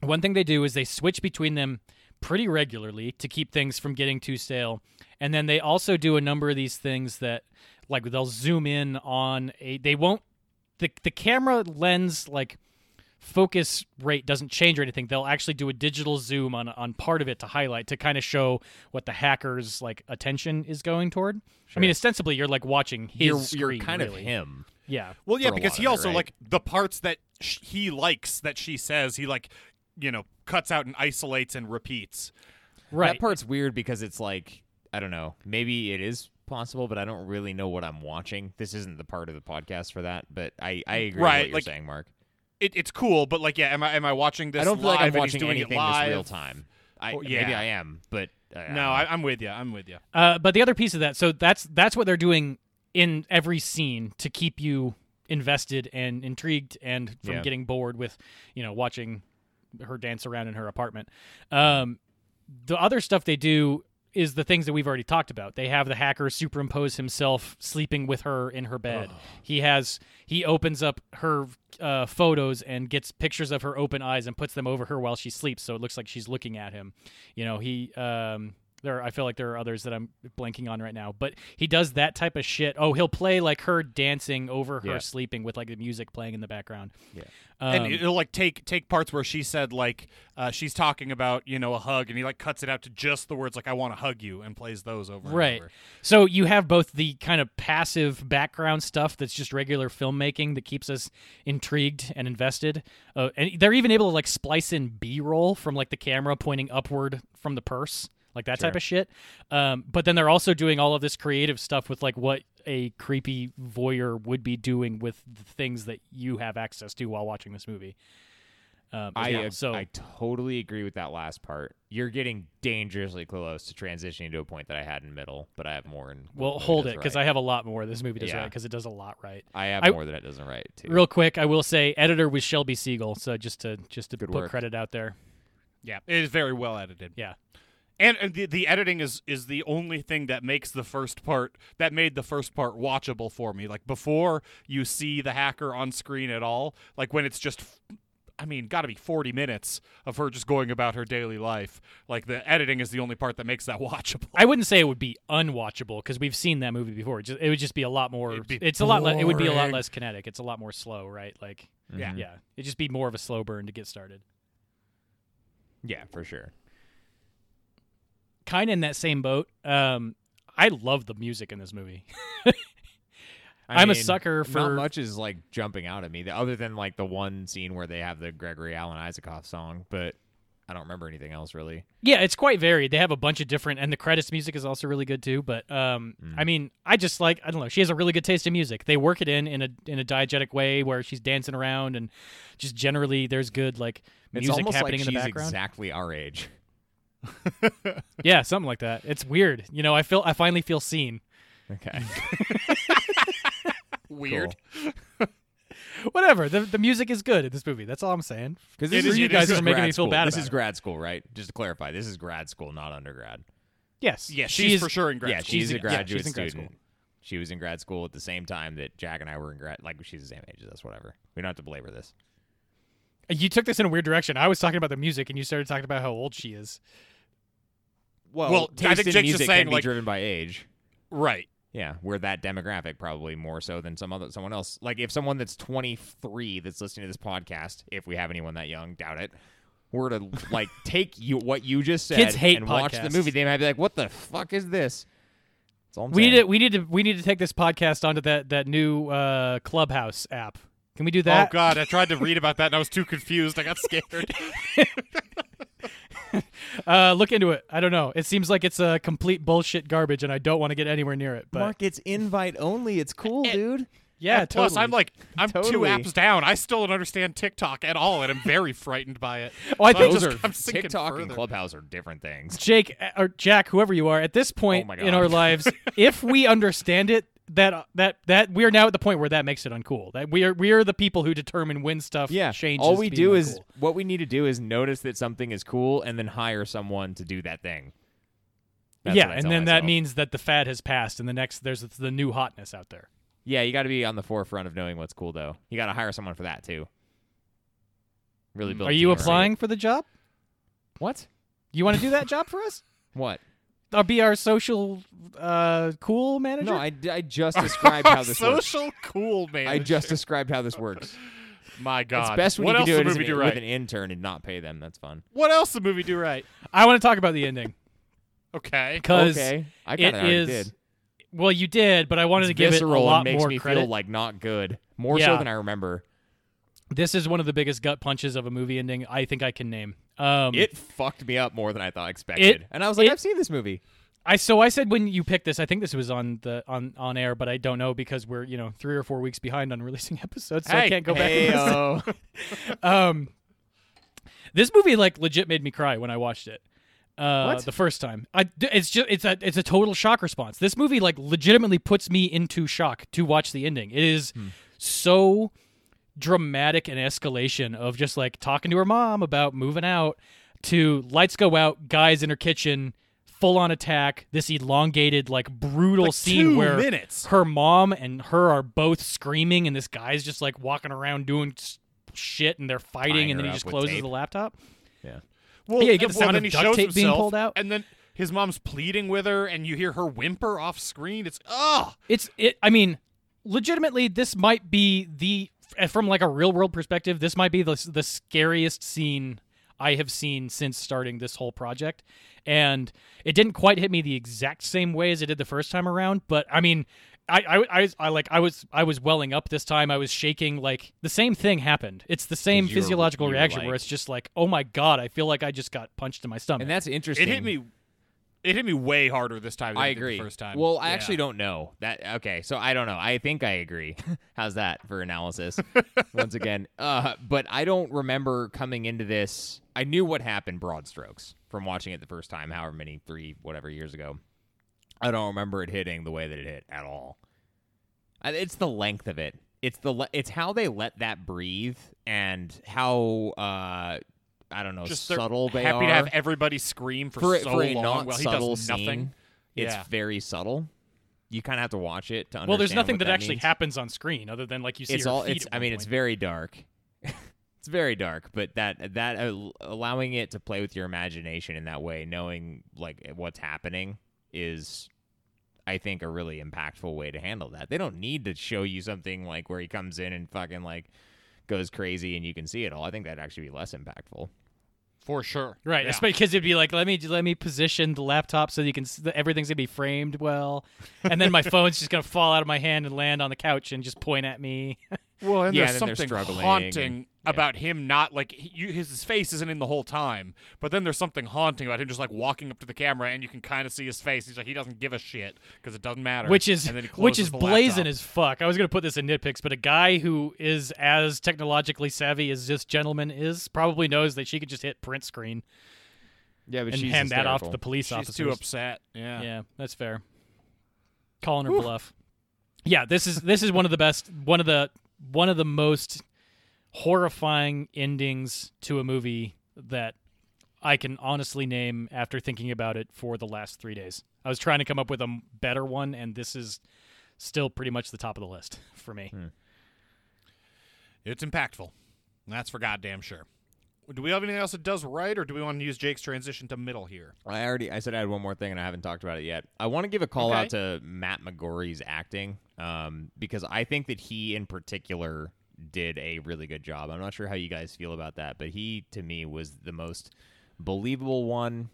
one thing they do is they switch between them pretty regularly to keep things from getting too stale and then they also do a number of these things that like they'll zoom in on a they won't the, the camera lens like focus rate doesn't change or anything. They'll actually do a digital zoom on on part of it to highlight to kind of show what the hacker's like attention is going toward. I mean, ostensibly you're like watching his
you're,
screen.
you're kind
really.
of him.
Yeah.
Well, yeah,
for a
because
lot
he
of it,
also
right?
like the parts that sh- he likes that she says he like, you know, cuts out and isolates and repeats.
Right.
That part's weird because it's like I don't know. Maybe it is possible, but I don't really know what I'm watching. This isn't the part of the podcast for that. But I I agree
Mm, Right,
with what you're
like,
saying, Mark.
It, it's cool, but like, yeah, am I am I watching this?
I don't feel
live
like I'm
and he's
watching
doing it
anything
live?
this real time. I
Oh,
maybe
yeah.
I am, but uh, I don't
No,
know.
I, I'm with you. I'm with you.
Uh, but the other piece of that, so that's that's what they're doing in every scene to keep you invested and intrigued and from
Yeah.
getting bored with, you know, watching her dance around in her apartment. Um, the other stuff they do is the things that we've already talked about. They have the hacker superimpose himself sleeping with her in her bed. He has he opens up her uh, photos and gets pictures of her open eyes and puts them over her while she sleeps, so it looks like she's looking at him. You know, he um there I feel like there are others that I'm blanking on right now, but he does that type of shit. Oh, he'll play like her dancing over her
Yeah.
sleeping with like the music playing in the background.
Yeah.
Um,
and it'll like take take parts where she said like uh, she's talking about you know a hug, and he like cuts it out to just the words like I want to hug you, and plays those over. and
Right.
over.
So you have both the kind of passive background stuff that's just regular filmmaking that keeps us intrigued and invested. Uh, and they're even able to like splice in B-roll from like the camera pointing upward from the purse, like that type of shit. Um, but then they're also doing all of this creative stuff with like what a creepy voyeur would be doing with the things that you have access to while watching this movie. Um,
I
yeah,
ag-
so
I totally agree with that last part. You're getting dangerously close to transitioning to a point that I had in middle, but I have more. In
well, hold it because I have a lot more. This movie does
Yeah.
right because it does a lot right.
I have
I-
more that it doesn't write too.
Real quick, I will say editor was Shelby Siegel, so just to just to
Good
put
work.
credit out there.
Yeah, it is very well edited.
Yeah.
And, and the the editing is is the only thing that makes the first part that made the first part watchable for me. Like before you see the hacker on screen at all, like when it's just f- I mean, got to be 40 minutes of her just going about her daily life. Like the editing is the only part that makes that watchable.
I wouldn't say it would be unwatchable because we've seen that movie before. It, just, it would just be a lot more.
It'd be
It's a lot. Le- it would be a lot
boring.
less kinetic. It's a lot more slow, right? Like,
Yeah.
yeah, it'd just be more of a slow burn to get started.
yeah, for sure.
Kind of in that same boat. Um, I love the music in this movie.
I
I'm a
mean,
sucker for-
not much is like jumping out at me, the- other than like the one scene where they have the Gregory Allen Isaacoff song, but I don't remember anything else really.
Yeah, it's quite varied. They have a bunch of different, and the credits music is also really good too. But um, I mean, I just like I don't know. She has a really good taste in music. They work it in in a in a diegetic way where she's dancing around and just generally there's good like
It's
music
almost
happening
like
in the
she's
background.
exactly our age.
yeah, something like that. It's weird. You know, I feel I finally feel seen.
Okay,
Weird.
Whatever. The the music is good in this movie. That's all I'm saying.
because
It
this
is-
is you
it
guys
is
for making
grad
me feel
school.
bad
This
about
is
it.
grad school, right? Just to clarify, this is grad school, not undergrad.
Yes.
Yeah,
she
she's
is-
for sure in grad
yeah,
school.
she's,
She's
a
in- yeah,
graduate
she's in grad
student. She was in grad school at the same time that Jack and I were in grad. Like she's the same age as us. Whatever. We don't have to belabor this.
You took this in a weird direction. I was talking about the music, and you started talking about how old she is.
Well, I
taste
think
in
Jake's just
music
saying,
can be
like-
driven by age.
Right.
Yeah, we're that demographic probably more so than some other someone else. Like if someone that's 23 that's listening to this podcast, if we have anyone that young, doubt it. Were to like take you what you just said
Kids hate
and watch the
podcasts.
movie, they might be like, "What the fuck is this?" That's all I'm
We
saying.
need to, we need to we need to take this podcast onto that that new uh, Clubhouse app. Can we do that?
Oh god, I tried to read about that and I was too confused. I got scared.
Uh, look into it. I don't know. It seems like it's a complete bullshit garbage, and I don't want to get anywhere near it. But Eh,
Mark, it's invite only. It's cool, dude.
yeah,
And plus, I'm
totally.
like, I'm two
Totally.
apps down. I still don't understand TikTok at all, and I'm very frightened by it.
Oh, I
So
think-
just,
Those are
I'm sinking
TikTok and
further.
Clubhouse are different things.
Jake uh, or Jack, whoever you are, at this point
Oh my
in
God.
our lives, if we understand it, that that that we are now at the point where that makes it uncool. That we are we are the people who determine when stuff
yeah
changes.
all we
to
do
being
is
uncool.
what we need to do is notice that something is cool and then hire someone to do that thing That's
yeah,
what I
and
tell
then that
myself.
means that the fad has passed, and the next there's the new hotness out there.
yeah you got to be on the forefront of knowing what's cool though you got to hire someone for that too really build
Are
a
you
team around
applying
it.
for the job?
what
You want to do that job for us?
what
I'll be our social uh, cool manager.
no I, I just described how this works
Social cool man.
i just described how this works
My God.
It's best when
what
you
else
can do
the
it as
movie
an-
do
with
right?
an intern and not pay them. That's fun.
What else the movie do right?
I want to talk about the ending
Okay.
because
okay, I
it
kind of
is.
did.
Well, you did, but I wanted to
It's
give it a
visceral
lot
and makes
more
me
credit.
feel like not good, more
Yeah.
so than I remember.
this is one of the biggest gut punches of a movie ending I think I can name. Um,
It fucked me up more than I thought I expected, and I was like,
it-
I've seen this movie.
I so I said when you picked this, I think this was on the on on air, but I don't know because we're you know three or four weeks behind on releasing episodes, so I
Hey,
can't go back. and listen.
Hey-o.
Um, this movie like legit made me cry when I watched it. Uh,
What?
the first time I d- it's just it's a it's a total shock response. This movie like legitimately puts me into shock to watch the ending. It is
Hmm.
so dramatic an escalation of just like talking to her mom about moving out to lights go out, guys in her kitchen, full on attack. This elongated like brutal
Like
scene
two
where
minutes.
her mom and her are both screaming, and this guy's just like walking around doing s- shit, and they're fighting,
Tying
and then
her
he
up
just
with
closes
tape.
the laptop.
Well,
Yeah, you get
th-
the
well,
sound
then
of
he
duct
shows
tape being
himself,
pulled out.
and then his mom's pleading with her, and you hear her whimper off screen. It's oh,
It's it. I mean, legitimately, this might be the f- from like a real world perspective. This might be the the scariest scene I have seen since starting this whole project, and it didn't quite hit me the exact same way as it did the first time around. But I mean. I, I, I, was- I like I was I was welling up this time I was shaking like the same thing happened it's the same
'Cause you were-
physiological
you were
reaction
like-
where it's just like oh my god I feel like I just got punched in my stomach
and that's interesting.
it hit me. It hit me way harder this time. Than
I
it did
agree.
The first time.
Well, I
Yeah.
actually don't know that. Okay, so I don't know. I think I agree. How's that for analysis? Once again, uh, but I don't remember coming into this. I knew what happened, broad strokes, from watching it the first time, however many three whatever years ago. I don't remember it hitting the way that it hit at all. I- It's the length of it. It's the le- it's how they let that breathe and how uh, I don't know
Just they're
subtle they
happy
are
to have everybody scream for,
for,
so
for a
long
not
while he
subtle
does nothing.
scene, it's
Yeah.
very subtle. You kind of have to watch it to understand.
well there's nothing
what
that, actually
means.
happens on screen other than like you see
It's
her
all.
feet
It's.
at
I
one
mean,
point.
it's very dark. it's very dark, but that that uh, allowing it to play with your imagination in that way, knowing like what's happening, is, I think, a really impactful way to handle that. They don't need to show you something like where he comes in and fucking like goes crazy and you can see it all. I think that'd actually be less impactful.
for sure.
Right,
Yeah.
because it'd be like, let me let me position the laptop so you can s- that everything's gonna be framed well, and then my phone's just gonna fall out of my hand and land on the couch and just point at me.
Well, and
Yeah,
there's
then they're
something
struggling and-
haunting
yeah.
about him not like he, you, his his face isn't in the whole time, but then there's something haunting about him just like walking up to the camera and you can kind of see his face. He's like he doesn't give a shit because it doesn't matter.
Which is
and then he
which
closes
is
the
blazing
laptop.
as fuck. I was gonna put this in nitpicks, but a guy who is as technologically savvy as this gentleman is probably knows that she could just hit print screen
Yeah, but
and hand that off to the police
She's
officers.
too upset. Yeah.
Yeah, that's fair. Calling her bluff. Yeah, this is this is one of the best one of the one of the most horrifying endings to a movie that I can honestly name after thinking about it for the last 3 days. I was trying to come up with a m- better one and this is still pretty much the top of the list for me.
Hmm.
It's impactful. That's for goddamn sure. Do we have anything else that does right, or do we want to use Jake's transition to middle here?
I already I said I had one more thing and I haven't talked about it yet. I want to give a call
Okay.
out to Matt McGorry's acting um, because I think that he in particular did a really good job. I'm not sure how you guys feel about that, but he to me was the most believable one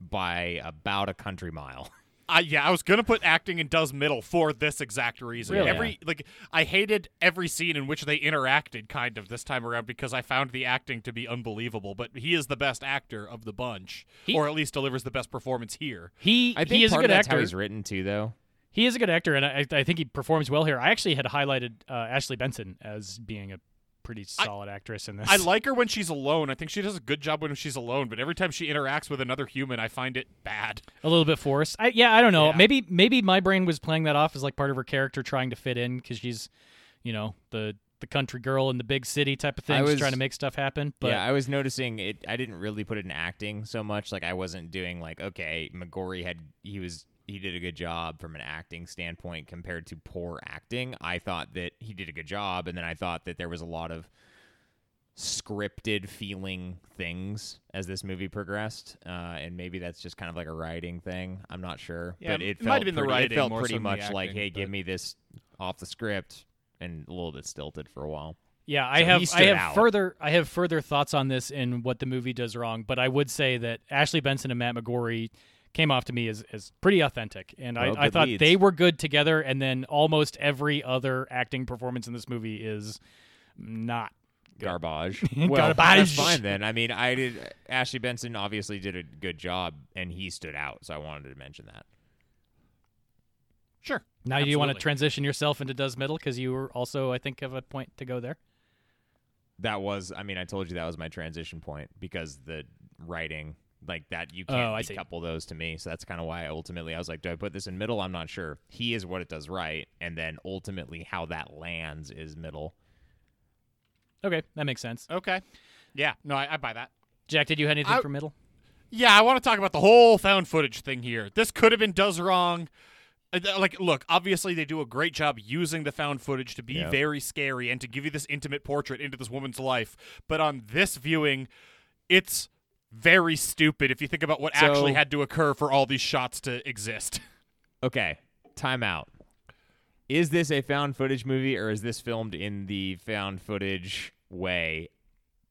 by about a country mile.
I yeah, I was gonna put acting and does middle for this exact reason.
Really?
Every like, I hated every scene in which they interacted kind of this time around because I found the acting to be unbelievable. But he is the best actor of the bunch,
He-
or at least delivers the best performance here.
He
I think
he is a
part
good
of that's how
actor.
he's written too though.
He is a good actor and I, I think he performs well here. I actually had highlighted uh, Ashley Benson as being a pretty solid actress in this.
I like her when she's alone. I think she does a good job when she's alone. But every time she interacts with another human, I find it bad.
a little bit forced. I, yeah, I don't know.
Yeah.
Maybe maybe my brain was playing that off as like part of her character trying to fit in because she's, you know, the the country girl in the big city type of
I
thing. She's
was-
trying to make stuff happen. But
yeah, I was noticing it. I didn't really put it in acting so much. Like I wasn't doing like okay, McGorry had he was he did a good job from an acting standpoint compared to poor acting. I thought that he did a good job, and then I thought that there was a lot of scripted feeling things as this movie progressed, uh, and maybe that's just kind of like a writing thing. I'm not sure,
Yeah,
but it,
it
felt
might have been the
pretty,
writing
It felt
more
pretty
so than the
much like
acting,
hey, give
but-
me this off the script and a little bit stilted for a while.
Yeah, I
So he
have I
stood
have
out.
further I have further thoughts on this and what the movie does wrong, but I would say that Ashley Benson and Matt McGorry came off to me as, as pretty authentic. And
Well,
I, I
good
thought
leads.
they were good together and then almost every other acting performance in this movie is not.
garbage. well,
Garbage.
that's fine then. I mean, I did. Ashley Benson obviously did a good job, and he stood out, so I wanted to mention that.
Sure.
Now do you want to
Absolutely.
transition yourself into Does Middle because you were also I think have a point to go there.
That was, I mean, I told you that was my transition point because the writing like that you can't
Oh, I see.
decouple those to me. So that's kind of why ultimately I was like, do I put this in middle? I'm not sure. He is what it does right, and then ultimately how that lands is middle.
Okay, that makes sense.
Okay. Yeah. No, I, I buy that.
Jack, did you have anything
I-
for middle?
Yeah, I want to talk about the whole found footage thing here. This could have been does wrong. Uh, th- Like, look, obviously they do a great job using the found footage to be
Yeah.
very scary and to give you this intimate portrait into this woman's life. But on this viewing, it's very stupid if you think about what
So-
actually had to occur for all these shots to exist.
Okay, timeout. Is this a found footage movie, or is this filmed in the found footage way,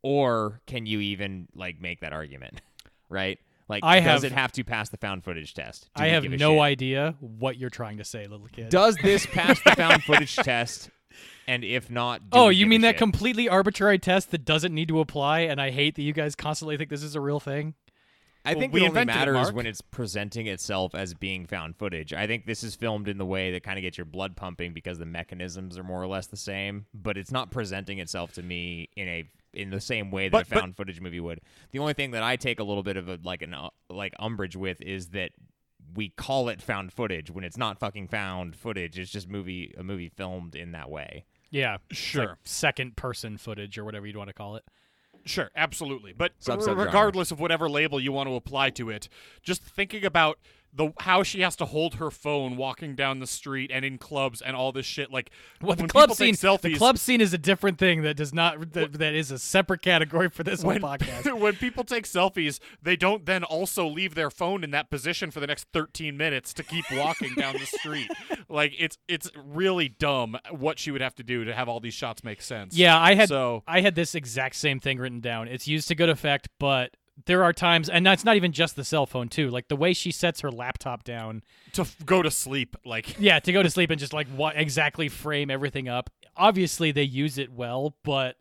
or can you even like make that argument? Right? Like,
I
does
have-
it have to pass the found footage test? Do
I
we
have
give a
no
shit?
idea what you're trying to say, little kid.
Does this pass the found footage test? And if not, do
Oh,
we
you
give a
mean that
shit?
completely arbitrary test that doesn't need to apply? And I hate that you guys constantly think this is a real thing.
I
Well,
think
we
it only
invented it,
matters
Mark.
when it's presenting itself as being found footage. I think this is filmed in the way that kind of gets your blood pumping because the mechanisms are more or less the same, but it's not presenting itself to me in a in the same way that
But-
a
but-
found footage movie would. The only thing that I take a little bit of a like an uh, like umbrage with is that we call it found footage when it's not fucking found footage. It's just movie a movie filmed in that way.
Yeah,
Sure.
second person footage or whatever you'd want to call it.
Sure, absolutely. But
It's upside
r-
down.
regardless of whatever label you want to apply to it, just thinking about the how she has to hold her phone walking down the street and in clubs and all this shit. Like
Well, the
when
club
people
scene,
take selfies,
the club scene is a different thing that does not that, that is a separate category for this
when,
whole podcast.
when people take selfies, they don't then also leave their phone in that position for the next 13 minutes to keep walking down the street. Like it's it's really dumb what she would have to do to have all these shots make sense.
Yeah, I had
So-
I had this exact same thing written down. It's used to good effect, but there are times, and that's not even just the cell phone too. Like the way she sets her laptop down
to f- go to sleep like
yeah to go to sleep and just like what exactly frame everything up obviously they use it well but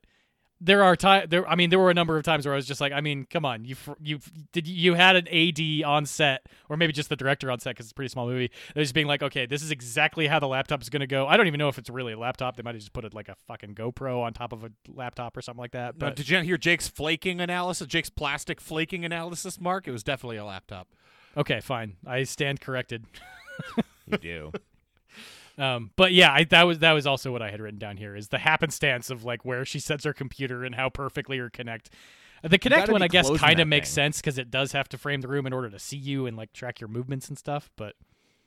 there are time there i mean there were a number of times where i was just like i mean come on you fr- you did you had an ad on set or maybe just the director on set because it's a pretty small movie they're just being like okay this is exactly how the laptop is going to go i don't even know if it's really a laptop they might have just put it like a fucking gopro on top of a laptop or something like that
No,
but
did you not hear Jake's flaking analysis? Jake's plastic flaking analysis, Mark? It was definitely a laptop.
okay fine i stand corrected
You do.
Um, but yeah, I, that was that was also what I had written down here is the happenstance of like where she sets her computer and how perfectly her connect. The connect
gotta
one,
be
I guess,
closing
kind
that
of makes
thing.
sense because it does have to frame the room in order to see you and like track your movements and stuff. But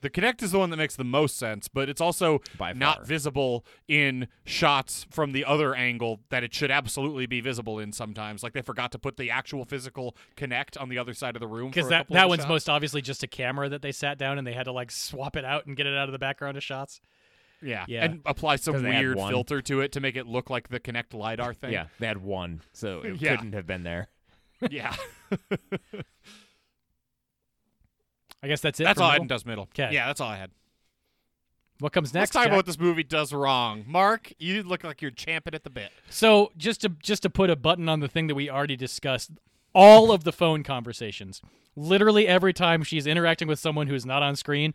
The Kinect is the one that makes the most sense, but it's also
By far.
not visible in shots from the other angle that it should absolutely be visible in sometimes. Like they forgot to put the actual physical Kinect on the other side of the room.
because
for a
that
couple of
that
the
one's
shots.
most obviously just a camera that they sat down and they had to like swap it out and get it out of the background of shots.
yeah.
yeah.
and apply
'Cause
some
they had
weird
one.
filter to it to make it look like the Kinect lidar thing.
Yeah, they had one, so it
Yeah.
couldn't have been there.
yeah,
I guess that's it.
that's
for
all I
Middle.
had in does middle.
'Kay.
Yeah, that's all I had.
What comes next?
Let's talk
Jack?
about what this movie does wrong. Mark, you look like you're champing at the bit.
So just to just to put a button on the thing that we already discussed, all of the phone conversations, literally every time she's interacting with someone who is not on screen,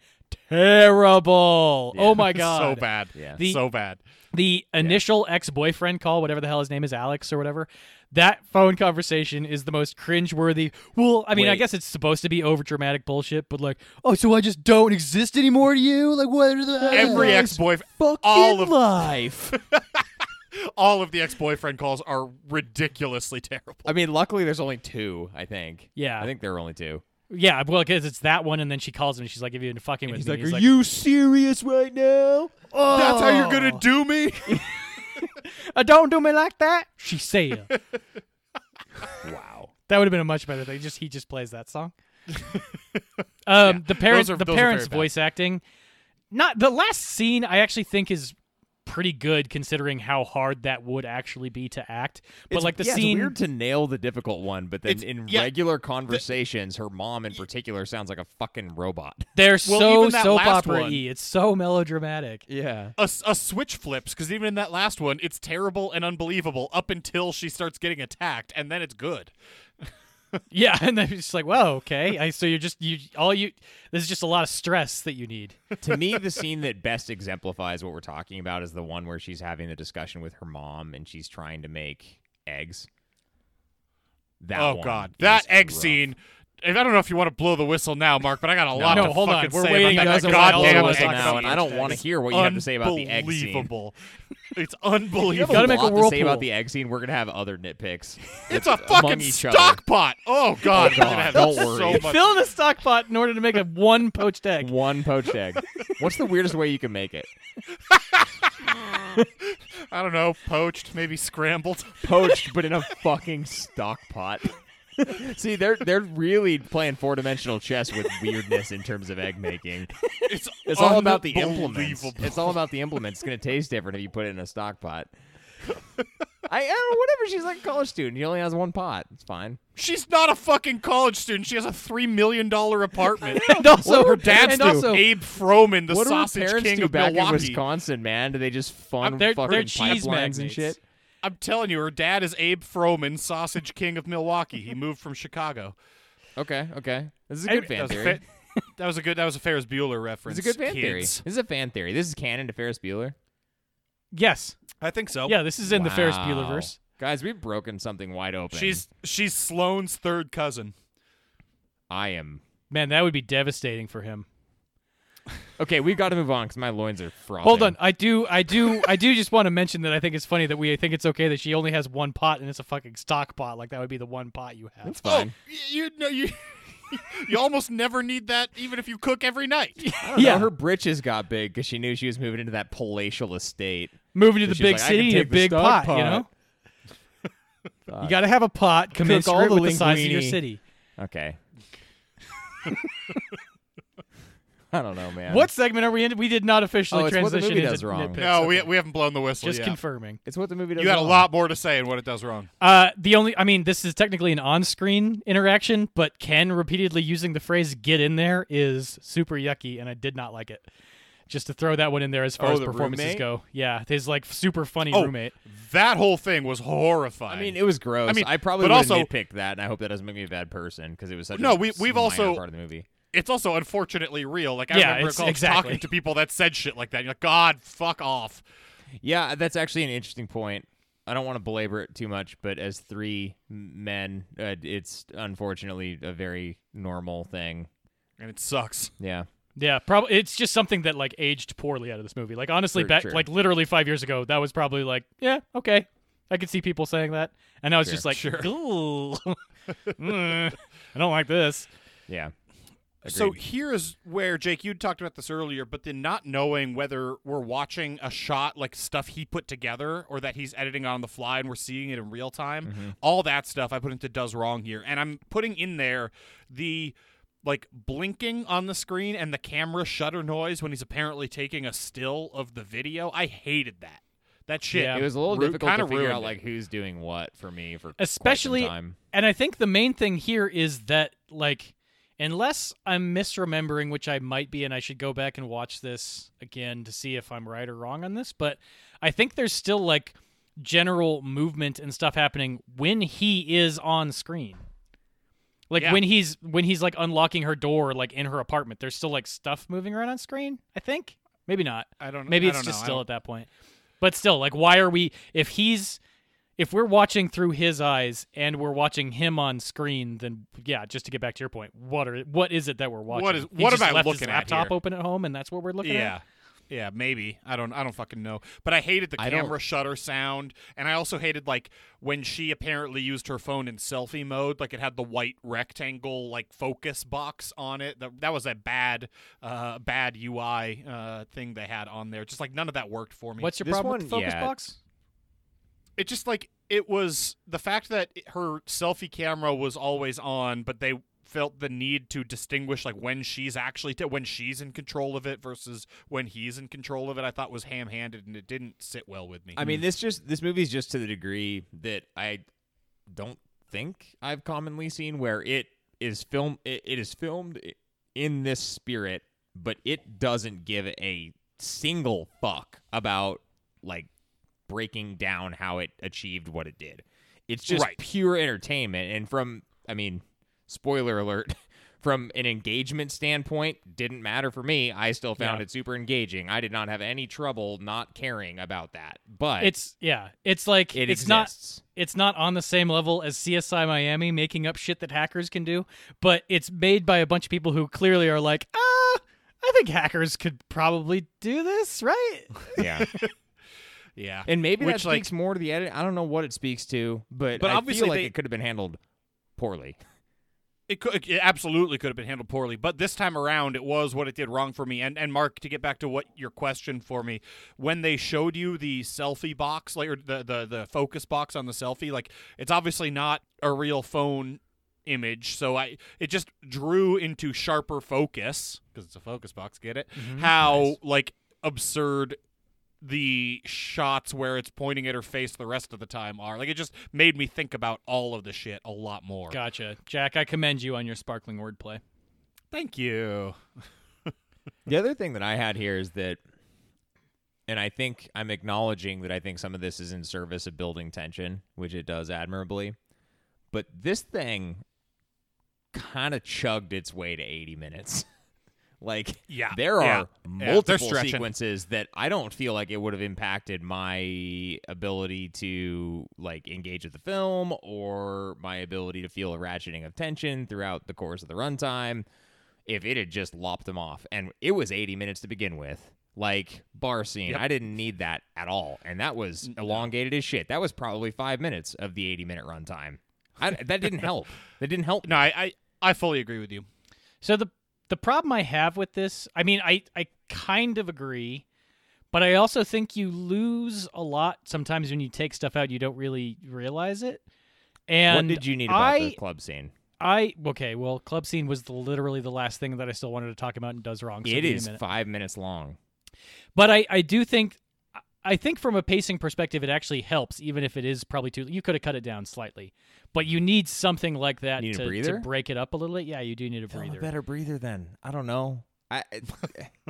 terrible. oh my god,
so bad. Yeah,
The-
so bad.
The initial ex-boyfriend call, whatever the hell his name is, Alex or whatever, that phone conversation is the most cringeworthy. Well, I mean, I
Wait.
guess it's supposed to be over dramatic bullshit, but like, oh, so I just don't exist anymore to you? Like, what? Are the
Every
Alex,
ex-boyfriend,
fucking
all of
life.
all of the ex-boyfriend calls are ridiculously terrible.
I mean, luckily there's only two. I think.
Yeah.
I think there were only two.
yeah, well, because it's that one, and then she calls him, and she's like, "If you're fucking with me," he's like,
you serious right now?"
That's how you're
Oh.
gonna do me.
Uh, don't do me like that. She say ya.
Wow.
that would have been a much better thing. Just he just plays that song. um, the parents,
are-
the
those are
parents'
very bad.
voice acting. Not the last scene. I actually think is pretty good considering how hard that would actually be to act. But
It's-
like the
yeah,
scene,
it's weird to nail the difficult one, but then
It's-
in
yeah,
regular conversations, her mom in particular sounds like a fucking robot.
they're
Well,
so
even that
soap
last
opera
one-
y. It's so melodramatic.
Yeah.
a, s- a switch flips because even in that last one, it's terrible and unbelievable up until she starts getting attacked, and then it's good.
Yeah, and then it's just like, whoa, okay. I, so you're just you all you. This is just a lot of stress that you need.
to me, the scene that best exemplifies what we're talking about is the one where she's having the discussion with her mom and she's trying to make eggs. That
oh
one
God,
is
that egg
rough.
scene. I don't know if you want to blow the whistle now, Mark, but I got a lot
no,
to
hold on.
fucking
We're
say
waiting
about
guys,
that
I wanna blow the
goddamn
whistle
egg
now,
scene.
and
I don't wanna
It's
hear what you have to say about the egg scene.
Unbelievable. It's
You have
unbelievable.
gotta make a
lot to say
whirlpool.
about the egg scene. We're gonna have other nitpicks.
It's a
among
fucking
each
stock pot. Oh God,
Oh,
we're gonna
God,
have
don't
so
worry.
much.
Fill the stock pot in order to make a one poached egg.
Other. One poached egg. What's the weirdest way you can make it?
I don't know, poached, maybe scrambled.
Poached, but in a fucking stock pot. See, they're they're really playing four dimensional chess with weirdness in terms of egg making.
It's
It's all about the implements.
unbelievable.
It's all about the implements. It's gonna taste different if you put it in a stock pot. I, I don't know, whatever. She's like a college student. She only has one pot. It's fine.
She's not a fucking college student. She has a three million dollar apartment.
And also,
her dad's
and
do?
also,
Abe Froman, the
what do her
sausage
parents
king
do
of
back in
Milwaukee.
Wisconsin, man? Do they just
Uh,
fund
they're-
fucking
they're cheese
pipelines and
magnates.
shit?
I'm telling you, her dad is Abe Froman, sausage king of Milwaukee. He moved from Chicago.
Okay, okay. This is a
I-
good
that
fan
That was, a
theory.
fa- that was a good. That was a Ferris Bueller reference.
This is a good fan theory.
kids.
This is a fan theory. This is canon to Ferris Bueller.
yes,
I think so.
yeah, this is in the Ferris Bueller
Wow.
verse.
Guys, we've broken something wide open.
She's she's Sloane's third cousin.
I am.
Man, that would be devastating for him.
Okay, we've got to move on because my loins are frothing.
Hold on, I do, I do, I do just want to mention that I think it's funny that we think it's okay that she only has one pot and it's a fucking stock pot. Like that would be the one pot you have.
That's fine.
Oh, y- you know you. You almost never need that, even if you cook every night.
I don't know,
yeah.
her britches got big because she knew she was moving into that palatial estate.
Moving to the
She's
big
like, I can
city, you need a
take the
big pot,
stock
you
pot.
know. You got to have a pot
all
commensurate
the
with the size of your
linguine.
city.
Okay. I don't know, man.
What segment are we in? We did not officially
Oh, it's what the
transition
movie
into
does wrong.
nitpicks.
No, we,
Okay.
we haven't blown the whistle
just
yet.
confirming.
It's what the movie does.
you got a
wrong.
lot more to say in what it does wrong.
Uh, the only, I mean, this is technically an on-screen interaction, but Ken repeatedly using the phrase "get in there" is super yucky, and I did not like it. Just to throw that one in there as far
Oh,
as
the
performances
roommate?
go, yeah, his like super funny
Oh,
roommate.
That whole thing was horrifying.
I mean, it was gross.
I mean,
I probably
but
would've
also-
nitpicked that, and I hope that doesn't make me a bad person because it was such
No,
a
we- we've
minor
also-
part of the movie.
it's also unfortunately real. Like I
Yeah,
remember at
it's-
college
exactly.
talking to people that said shit like that. You're like, God, fuck off.
Yeah, that's actually an interesting point. I don't want to belabor it too much, but as three m- men, uh, it's unfortunately a very normal thing.
And it sucks.
Yeah.
Yeah, probably it's just something that like aged poorly out of this movie. Like honestly,
True,
back
true.
like literally five years ago, that was probably like, yeah, okay, I could see people saying that, and now it's just like, ooh, Mm, I don't like this.
Yeah.
So
Agreed.
here's where Jake, you talked about this earlier, but then not knowing whether we're watching a shot like stuff he put together or that he's editing on the fly and we're seeing it in real time. All that stuff I put into does wrong here, and I'm putting in there the like blinking on the screen and the camera shutter noise when he's apparently taking a still of the video. I hated that. That shit.
Yeah.
it was a little
ru-
difficult
kinda
to figure
ruined
out
it.
like who's doing what for me for quite some
especially
time.
and i think the main thing here is that like unless i'm misremembering which i might be and i should go back and watch this again to see if i'm right or wrong on this but i think there's still like general movement and stuff happening when he is on screen like
Yeah.
when he's when he's like unlocking her door like in her apartment there's still like stuff moving around on screen i think maybe not
I don't.
Maybe
I
it's
don't
just
know. I
still
don't-
at that point. But still, like, why are we? If he's, if we're watching through his eyes and we're watching him on screen, then yeah. Just to get back to your point, what are what is it that we're watching?
What is-
He
what
just
am I
left his
looking at
laptop
here?
open at home, and that's what we're looking
yeah.
at.
Yeah, maybe. I don't I don't fucking know. But I hated the
I don't-
camera shutter sound and I also hated like when she apparently used her phone in selfie mode, like it had the white rectangle like focus box on it. That, that was a bad uh bad UI uh thing they had on there. Just like none of that worked for me.
What's your
This
problem with
one-
the focus
yeah.
box?
it just like it was the fact that it- her selfie camera was always on, but they felt the need to distinguish like when she's actually t- when she's in control of it versus when he's in control of it. I thought was ham-handed and it didn't sit well with me.
I mean, this just this movie's just to the degree that I don't think I've commonly seen where it is film it, it is filmed i- in this spirit, but it doesn't give a single fuck about like breaking down how it achieved what it did. It's just
Right.
pure entertainment and from I mean, spoiler alert, from an engagement standpoint, didn't matter for me. I still found
Yeah.
it super engaging. I did not have any trouble not caring about that. But
It's yeah. It's like
it
it's not
exists.
it's not on the same level as CSI Miami making up shit that hackers can do, but it's made by a bunch of people who clearly are like, ah, I think hackers could probably do this, right?
yeah.
yeah,
And maybe
Which,
that
like-
speaks more to the edit. I don't know what it speaks to, but,
But
I
obviously
feel like
they-
it could have been handled poorly.
It, could, it absolutely could have been handled poorly, but this time around, it was what it did wrong for me. And and Mark, to get back to what your question for me, when they showed you the selfie box, like or the the the focus box on the selfie, like it's obviously not a real phone image, so I it just drew into sharper focus because it's a focus box. Get it?
Mm-hmm.
How like absurd the shots where it's pointing at her face the rest of the time are. Like it just made me think about all of the shit a lot more.
Gotcha, Jack. I commend you on your sparkling wordplay.
Thank you.
The other thing that I had here is that, and I think I'm acknowledging that I think some of this is in service of building tension, which it does admirably. But this thing kind of chugged its way to 80 minutes. like,
Yeah,
there are
yeah, yeah, they're
multiple
stretching.
sequences that I don't feel like it would have impacted my ability to like engage with the film or my ability to feel a ratcheting of tension throughout the course of the runtime if it had just lopped them off. And it was 80 minutes to begin with. Like bar scene, I didn't need that at all, and that was elongated as shit. That was probably five minutes of the 80 minute runtime. I, that didn't help. That didn't help.
No, I, I I fully agree with you.
So the the problem I have with this, I mean, I I kind of agree, but I also think you lose a lot sometimes when you take stuff out you don't really realize it. And
what did you need about
I,
the club scene?
I okay, well, club scene was the, literally the last thing that I still wanted to talk about and does wrong. So
It
give me a
is
minute.
five minutes long.
But I, I do think I think from a pacing perspective it actually helps, even if it is probably too you could have cut it down slightly. But you need something like that
Need a
to, to
breather?
break it up a little bit. Yeah, you do need a
Film
breather.
a better breather then. I don't know. I it-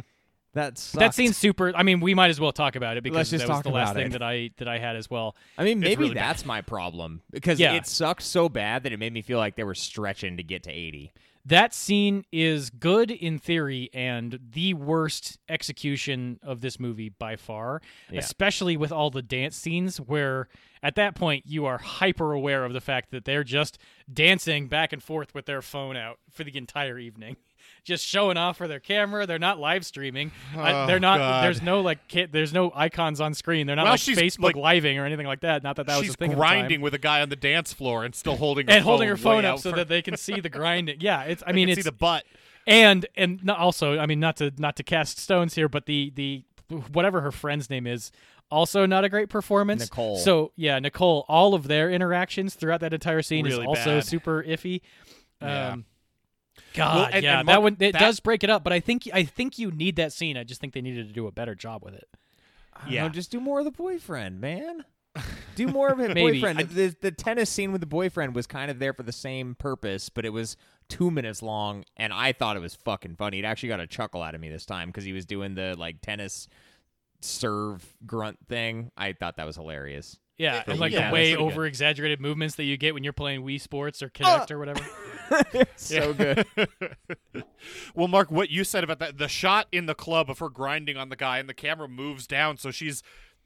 that sucked.
That seems super I mean, we might as well talk about it because
Let's just
that was
talk
the last
about
thing
it.
that I that I had as well.
I mean, maybe
really bad.
that's my problem because
Yeah.
it sucked so bad that it made me feel like they were stretching to get to eighty.
That scene is good in theory and the worst execution of this movie by far,
Yeah.
especially with all the dance scenes where at that point you are hyper aware of the fact that they're just dancing back and forth with their phone out for the entire evening. Just showing off for their camera. They're not live streaming. Uh,
Oh,
they're not.
God.
There's no like. Ki- there's no icons on screen. They're not
Well,
like
she's,
Facebook
like-
living or anything like that. Not that that was
She's
a thing. at the time
grinding with a guy on the dance floor and still holding her
and holding
phone
her phone
way
up
out
so
for-
that they can see the grinding. Yeah, it's. I
I
mean,
can
it's
see the butt.
and and not also i mean not to not to cast stones here but the the whatever her friend's name is also not a great performance
Nicole.
so yeah nicole all of their interactions throughout that entire scene
Really
is also
bad.
super iffy
Yeah.
um god
Well, and-
yeah
and
that
Mark,
one it
that-
does break it up but i think i think you need that scene i just think they needed to do a better job with it
I don't
Yeah.
know, just do more of the boyfriend, man. Do more of it,
Maybe.
boyfriend. the, the tennis scene with the boyfriend was kind of there for the same purpose, but it was two minutes long, and I thought it was fucking funny. It actually got a chuckle out of me this time because he was doing the like tennis serve grunt thing. I thought that was hilarious.
yeah and like
yeah,
the way
that's pretty good.
over exaggerated movements that you get when you're playing wii sports or connect or whatever
so good.
Well, Mark, what you said about that the shot in the club of her grinding on the guy and the camera moves down so she's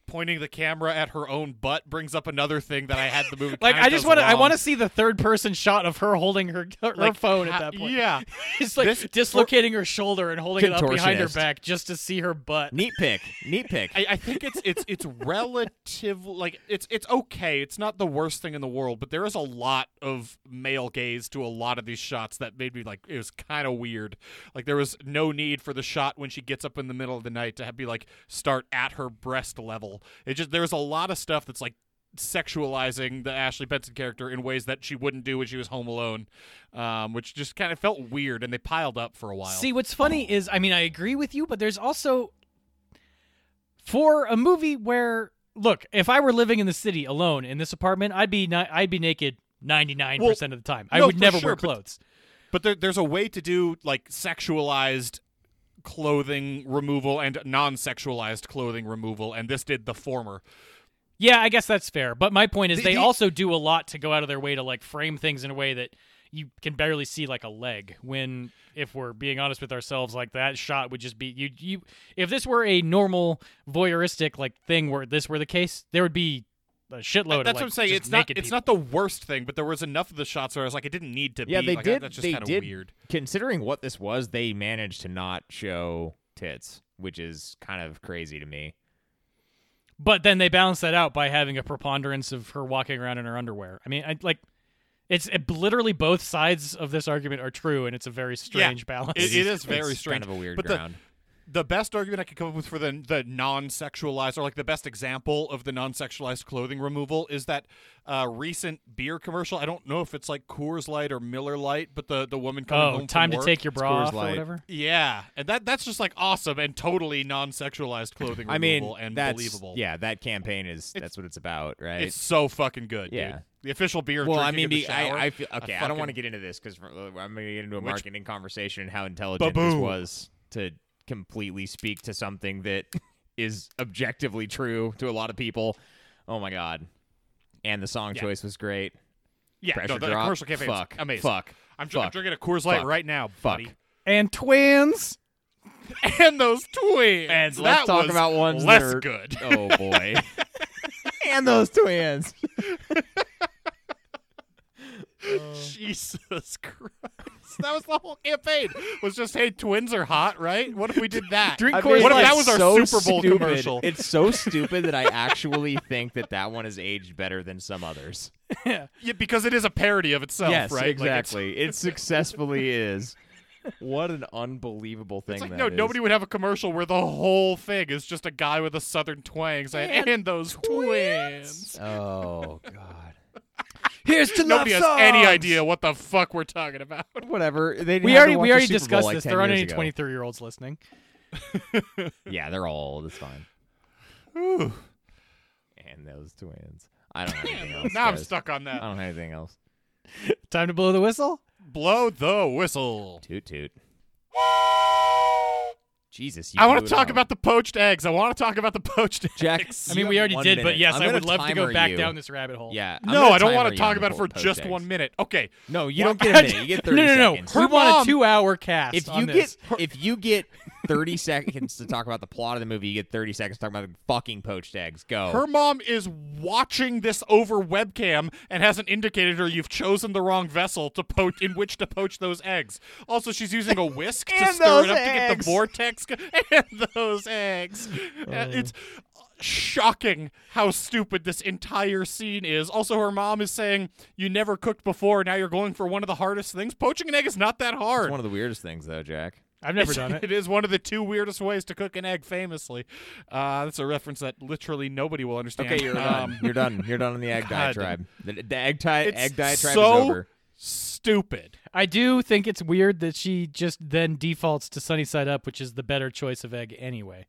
pointing the camera at her own butt brings up another thing that I had the movie.
like
kinda
i just
does
want to i
wrong.
want to see the third person shot of her holding her her
Like,
phone at
ha-
that point
Yeah.
It's like
This-
dislocating her shoulder and holding it up behind her
Contortionist.
back just to see her butt.
neat pick. Neat pick.
I, I think it's it's it's relative like it's it's okay. It's not the worst thing in the world, but there is a lot of male gaze to a lot of these shots that made me like it was kind of weird. Like there was no need for the shot when she gets up in the middle of the night to have, be like start at her breast level. It just there's a lot of stuff that's like sexualizing the Ashley Benson character in ways that she wouldn't do when she was home alone, um, which just kind of felt weird, and they piled up for a while.
See, what's funny is, I mean, I agree with you, but there's also for a movie where, look, if I were living in the city alone in this apartment, I'd be ni- I'd be naked 99% of the time. I
no,
would
for
never
sure,
wear
but-
clothes.
But there, there's a way to do like sexualized clothing removal and non-sexualized clothing removal, and this did the former.
Yeah, I guess that's fair. But my point is,
The-
they
the-
also do a lot to go out of their way to like frame things in a way that you can barely see like a leg. When, if we're being honest with ourselves, like that shot would just be you. You, if this were a normal voyeuristic like thing, where this were the case, there would be a shitload. of, Oh,
That's
like,
what I'm saying.
just
It's not
naked
it's
people.
not the worst thing, but there was enough of the shots where I was like, it didn't need to
Yeah,
be.
they
like,
did.
That's just
they
kind of
did.
weird.
Considering what this was, they managed to not show tits, which is kind of crazy to me.
But then they balance that out by having a preponderance of her walking around in her underwear. I mean, I like. It's it, literally both sides of this argument are true, and it's a very strange balance.
It- it is very
It's
strange,
Kind of a weird
but the-
ground.
The best argument I could come up with for the the non-sexualized, or like the best example of the non-sexualized clothing removal, is that uh, recent beer commercial. I don't know if it's like Coors Light or Miller Light, but the the woman coming home
oh,
from
time to
work-
take your bra
Coors
off or
Light.
whatever.
Yeah, and that that's just like awesome and totally non-sexualized clothing
I mean,
removal and
that's
believable.
yeah. That campaign is that's what it's about, right?
it's so fucking good.
Yeah.
dude. the official beer.
well, I
drinking
mean,
in the
be-
shower,
I, I feel okay. I, don't want to
fucking-
get into this because I'm going to get into a
Which-
marketing conversation and how intelligent this
Ba-boom.
was to completely speak to something that is objectively true to a lot of people. Oh my god! And the song
Yeah.
choice was great.
yeah,
pressure
no, the
drop.
commercial campaign.
Fuck.
amazing.
Fuck.
I'm, dr- I'm
Fuck.
drinking a Coors Light
Fuck.
right now,
Fuck.
buddy.
and twins.
and those twins.
And
that
let's talk
was
about ones
less
that are-
good.
Oh boy. and those twins.
Jesus Christ! That was the whole campaign. Was just hey, twins are hot, right? What if we did that?
Drink
I
Coors
mean,
What if
Light.
that was our
it's so
Super Bowl
stupid.
commercial?
It's so stupid that I actually think that that one is aged better than some others.
Yeah, because it is a parody of itself,
yes,
right? Like, it's-
exactly. it successfully is. What an unbelievable thing
It's like
that
no,
is.
nobody would have a commercial where the whole thing is just a guy with a southern twang saying, "And, those twins."
Oh god.
Here's to
Nobody has any idea what the fuck we're talking about.
Whatever. They
We
had
already
to watch
we
the
already
Super Bowl,
discussed
like,
this.
10
There aren't
years
any
ago.
23 year olds listening.
Yeah, they're all old. It's fine.
Ooh,
And those twins. I don't have anything else.
now I'm
guys. Um,
stuck on
I
that.
don't have anything else.
Time to blow the whistle.
Blow the whistle.
Toot toot. Jesus. You
I want
blew
to
it
talk
out.
about the poached eggs. I want to talk about the poached eggs.
Jack.
I mean, we already did, but yes, I would love to go back down this rabbit hole.
Yeah. I'm
No,
gonna
I don't
timer
want
you
to talk
on
about it
the
for
po- poached
just
eggs.
one minute. Okay,
No, you don't get a minute. You get
no,
thirty
no, no.
seconds.
We
mom-
want a two-hour cast.
If you
on
get
this.
if you get thirty seconds to talk about the plot of the movie, you get thirty seconds to talk about the fucking poached eggs. Go.
her mom is watching this over webcam and hasn't indicated her you've chosen the wrong vessel to poach in which to poach those eggs. Also, she's using a whisk to
And
stir
those
it up to get the
eggs.
vortex go- and those eggs.
Oh.
Uh, It's shocking how stupid this entire scene is. Also, her mom is saying you never cooked before. Now you're going for one of the hardest things. Poaching an egg is not that hard.
It's one of the weirdest things, though, Jack.
I've never done
It
it.
is one of the two weirdest ways to cook an egg, famously. Uh, that's a reference that literally nobody will understand.
Okay, you're
Um,
done. You're done. You're done on the egg
God.
diatribe. The, the egg, ti-
It's
egg diatribe
so
is over.
stupid.
I do think it's weird that she just then defaults to sunny side up, which is the better choice of egg anyway.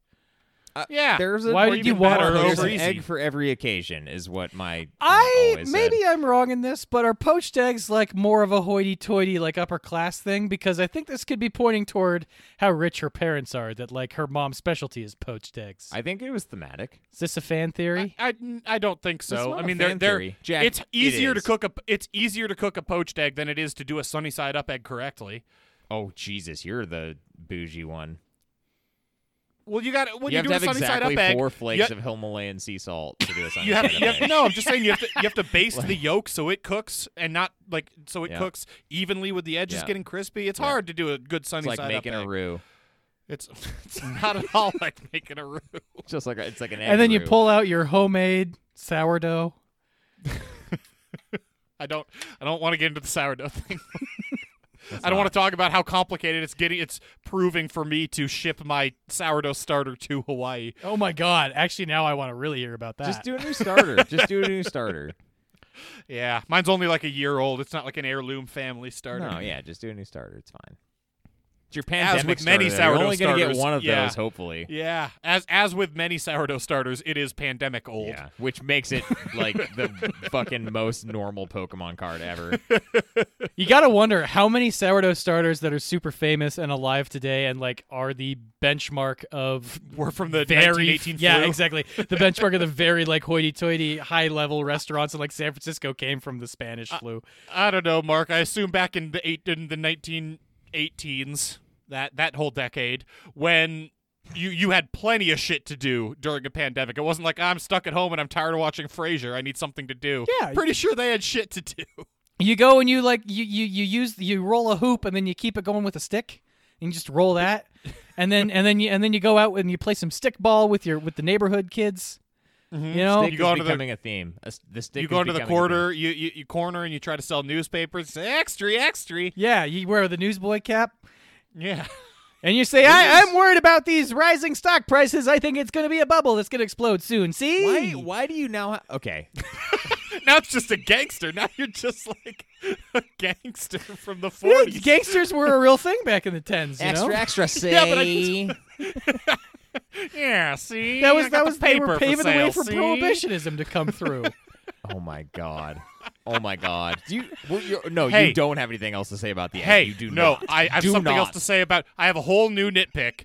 Yeah.
Uh, There's a
Why
did
there's
you
an
want
egg-
her
there's
over
an
easy?
egg for every occasion? Is what my aunt
I
always said.
maybe I'm wrong in this, but are poached eggs like more of a hoity-toity, like upper class thing? Because I think this could be pointing toward how rich her parents are. That like her mom's specialty is poached eggs.
I think it was thematic.
is this a fan theory?
I, I don't think
That's
so.
not
I
a
mean, they're,
fan
they're
theory. Jack,
it's
it
easier to
is.
cook a it's easier to cook a poached egg than it is to do a sunny side up egg correctly.
Oh Jesus, you're the bougie one.
Well, you got when you,
you have
do
to have
a sunny
exactly
side up egg,
four flakes
you,
of Himalayan sea salt to do a sunny
you have,
side
you
up
have
egg.
no. I'm just saying you have to you have to baste the yolk so it cooks and not like so it
Yeah.
cooks evenly with the edges
Yeah.
getting crispy. It's
Yeah.
hard to do a good sunny
It's like
side
making
up
a
egg.
roux.
It's it's not at all like making a roux.
It's Just like a, it's like an egg.
and then you
roux.
pull out your homemade sourdough.
I don't I don't want to get into the sourdough thing. I don't want to talk about how complicated it's getting. It's proving for me to ship my sourdough starter to Hawaii.
Oh my god! Actually, now I want to really hear about that.
Just do a new starter. Just do a new starter.
Yeah, mine's only like a year old. It's not like an heirloom family starter.
No, yeah, just do a new starter. It's fine. It's your
As
pandemic
with many
starter, though.
sourdough
You're only gonna
starters,
get one of
yeah.
those, hopefully.
Yeah, as as with many sourdough starters, it is pandemic old.
Yeah, which makes it like the fucking most normal Pokemon card ever.
You gotta wonder how many sourdough starters that are super famous and alive today, and like are the benchmark of
We're from the
very
1918
yeah
flu.
exactly the benchmark of the very like hoity-toity high level restaurants in like San Francisco came from the Spanish flu.
I don't know, Mark. I assume back in the eight in the 1918s, that that whole decade when you you had plenty of shit to do during a pandemic. It wasn't like I'm stuck at home and I'm tired of watching Frasier. I need something to do.
Yeah.
pretty sure they had shit to do.
You go and you like you you you use you roll a hoop and then you keep it going with a stick and you just roll that, and then and then you and then you go out and you play some stick ball with your with the neighborhood kids. You know,
Stick
You go
is
onto the-
becoming a theme. A s- The stick
you
is
go into the
becoming a theme.
quarter, you, you you corner, and you try to sell newspapers. Say, extra, extra.
yeah, you wear the newsboy cap.
Yeah.
And you say, I, I'm worried about these rising stock prices. I think it's going to be a bubble that's going to explode soon. See?
Why? Why do you now? Ha- okay,
now it's just a gangster. Now you're just like a gangster from the
Yeah,
40s.
gangsters were a real thing back in the tens, you know?
extra, extra. Say,
Yeah, but I yeah, see,
That was
I got
that
the
was they
paper
were
for
paving the way
sale,
for
see?
prohibitionism to come through.
oh my god, oh my god. Do you? Well, you're, no,
Hey.
you don't have anything else to say about the egg.
Hey,
you do
no,
not.
I, I have
Do
something
not.
else to say about. I have a whole new nitpick.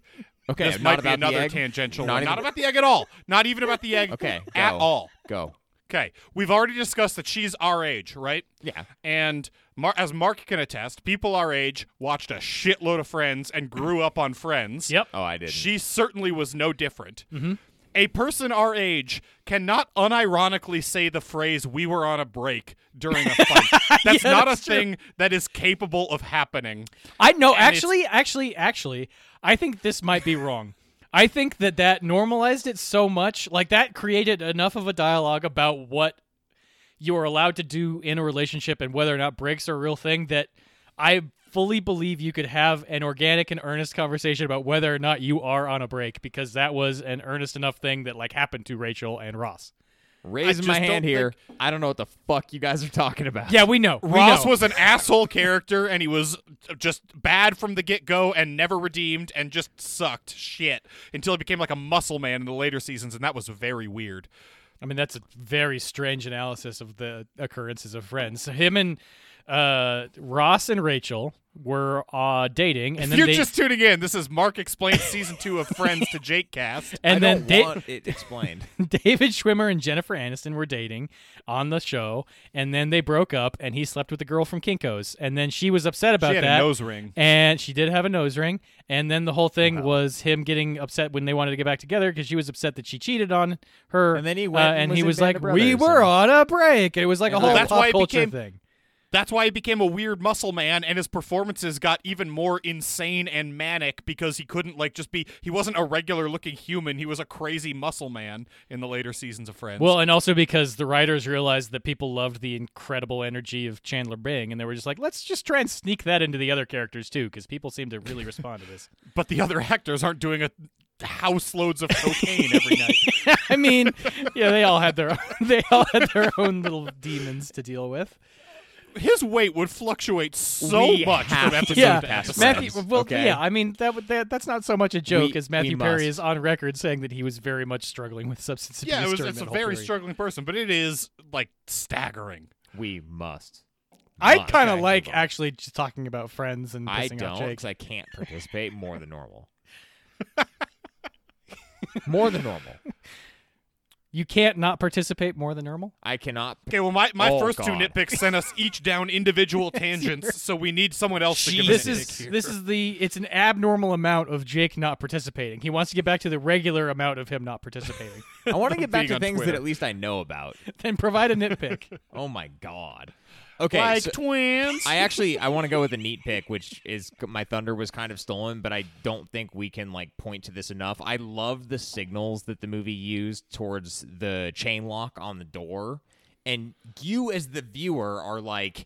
Okay,
this might
not
be
about the
another
egg?
tangential
Not
one.
even-
Not about the egg at all. Not even about the egg.
Okay,
at
go.
all.
Go.
Okay, we've already discussed that she's our age, right?
Yeah.
And Mar- as Mark can attest, people our age watched a shitload of Friends and grew up on Friends.
Yep. Mm-hmm.
Oh, I didn't.
She certainly was no different. A person our age cannot unironically say the phrase "we were on a break" during a fight. That's
Yeah,
not
that's
a
true.
thing that is capable of happening.
I no,
it's-
actually, actually, actually, I think this might be wrong. I think that that normalized it so much, like that created enough of a dialogue about what you are allowed to do in a relationship and whether or not breaks are a real thing that I fully believe you could have an organic and earnest conversation about whether or not you are on a break because that was an earnest enough thing that like happened to Rachel and Ross.
Raising
just
my
don't
hand here. I don't know what the fuck you guys are talking about.
Yeah, we know. We
Ross
know.
was an asshole character, and he was just bad from the get go, and never redeemed, and just sucked shit until he became like a muscle man in the later seasons, and that was very weird.
I mean, that's a very strange analysis of the occurrences of friends. So him and uh, Ross and Rachel were uh, dating, and
if
then
you're
they,
just tuning in, this is Mark explains season two of Friends to Jake Cast.
and
I
then
don't
Da-
want it explained.
David Schwimmer and Jennifer Aniston were dating on the show, and then they broke up, and he slept with a girl from Kinko's, and then she was upset about
She had
that.
a nose ring.
and she did have a nose ring, and then the whole thing was him getting upset when they wanted to get back together because she was upset that she cheated on her.
And then he
uh,
went and
and,
was
he
in
was
Band
like,
of
"We
Brothers,"
were
and-
on a break." It was like a
And
whole
that's
pop
why it
culture
became-
thing.
That's why he became a weird muscle man, and his performances got even more insane and manic because he couldn't like just be. He wasn't a regular looking human. He was a crazy muscle man in the later seasons of Friends.
Well, and also because the writers realized that people loved the incredible energy of Chandler Bing, and they were just like, let's just try and sneak that into the other characters too, because people seem to really respond to this.
but the other actors aren't doing a house loads of cocaine every night.
I mean, yeah, they all had their own, they all had their own little demons to deal with.
His weight would fluctuate so
We
much from
have to
episode
Yeah,
to episode.
Matthew.
friends,
Well,
okay?
yeah, I mean that, would- that that's not so much a joke
We-
as Matthew
we
Perry
must.
is on record saying that he was very much struggling with substance abuse.
Yeah, it was,
during
it's a
that whole
very
period.
struggling person, but it is like staggering.
We must.
I
must
kind of
move
like
on.
actually just talking about friends and
I
pissing
don't
off Jake.
because I can't participate more than normal. more than normal.
You can't not participate more than normal.
I cannot.
Okay, well, my, my
Oh,
first two
God.
nitpicks sent us each down individual tangents, so we need someone else to give
this
us a
is
nitpick here.
this is the it's an abnormal amount of Jake not participating. He wants to get back to the regular amount of him not participating.
I want to get back
Being
to
on
things that
Twitter.
at least I know about.
then provide a nitpick.
Oh my god. Okay.
like
so
twins.
I actually I want to go with a neat pick, which is my thunder was kind of stolen, but I don't think we can like point to this enough. I love the signals that the movie used towards the chain lock on the door, and you as the viewer are like,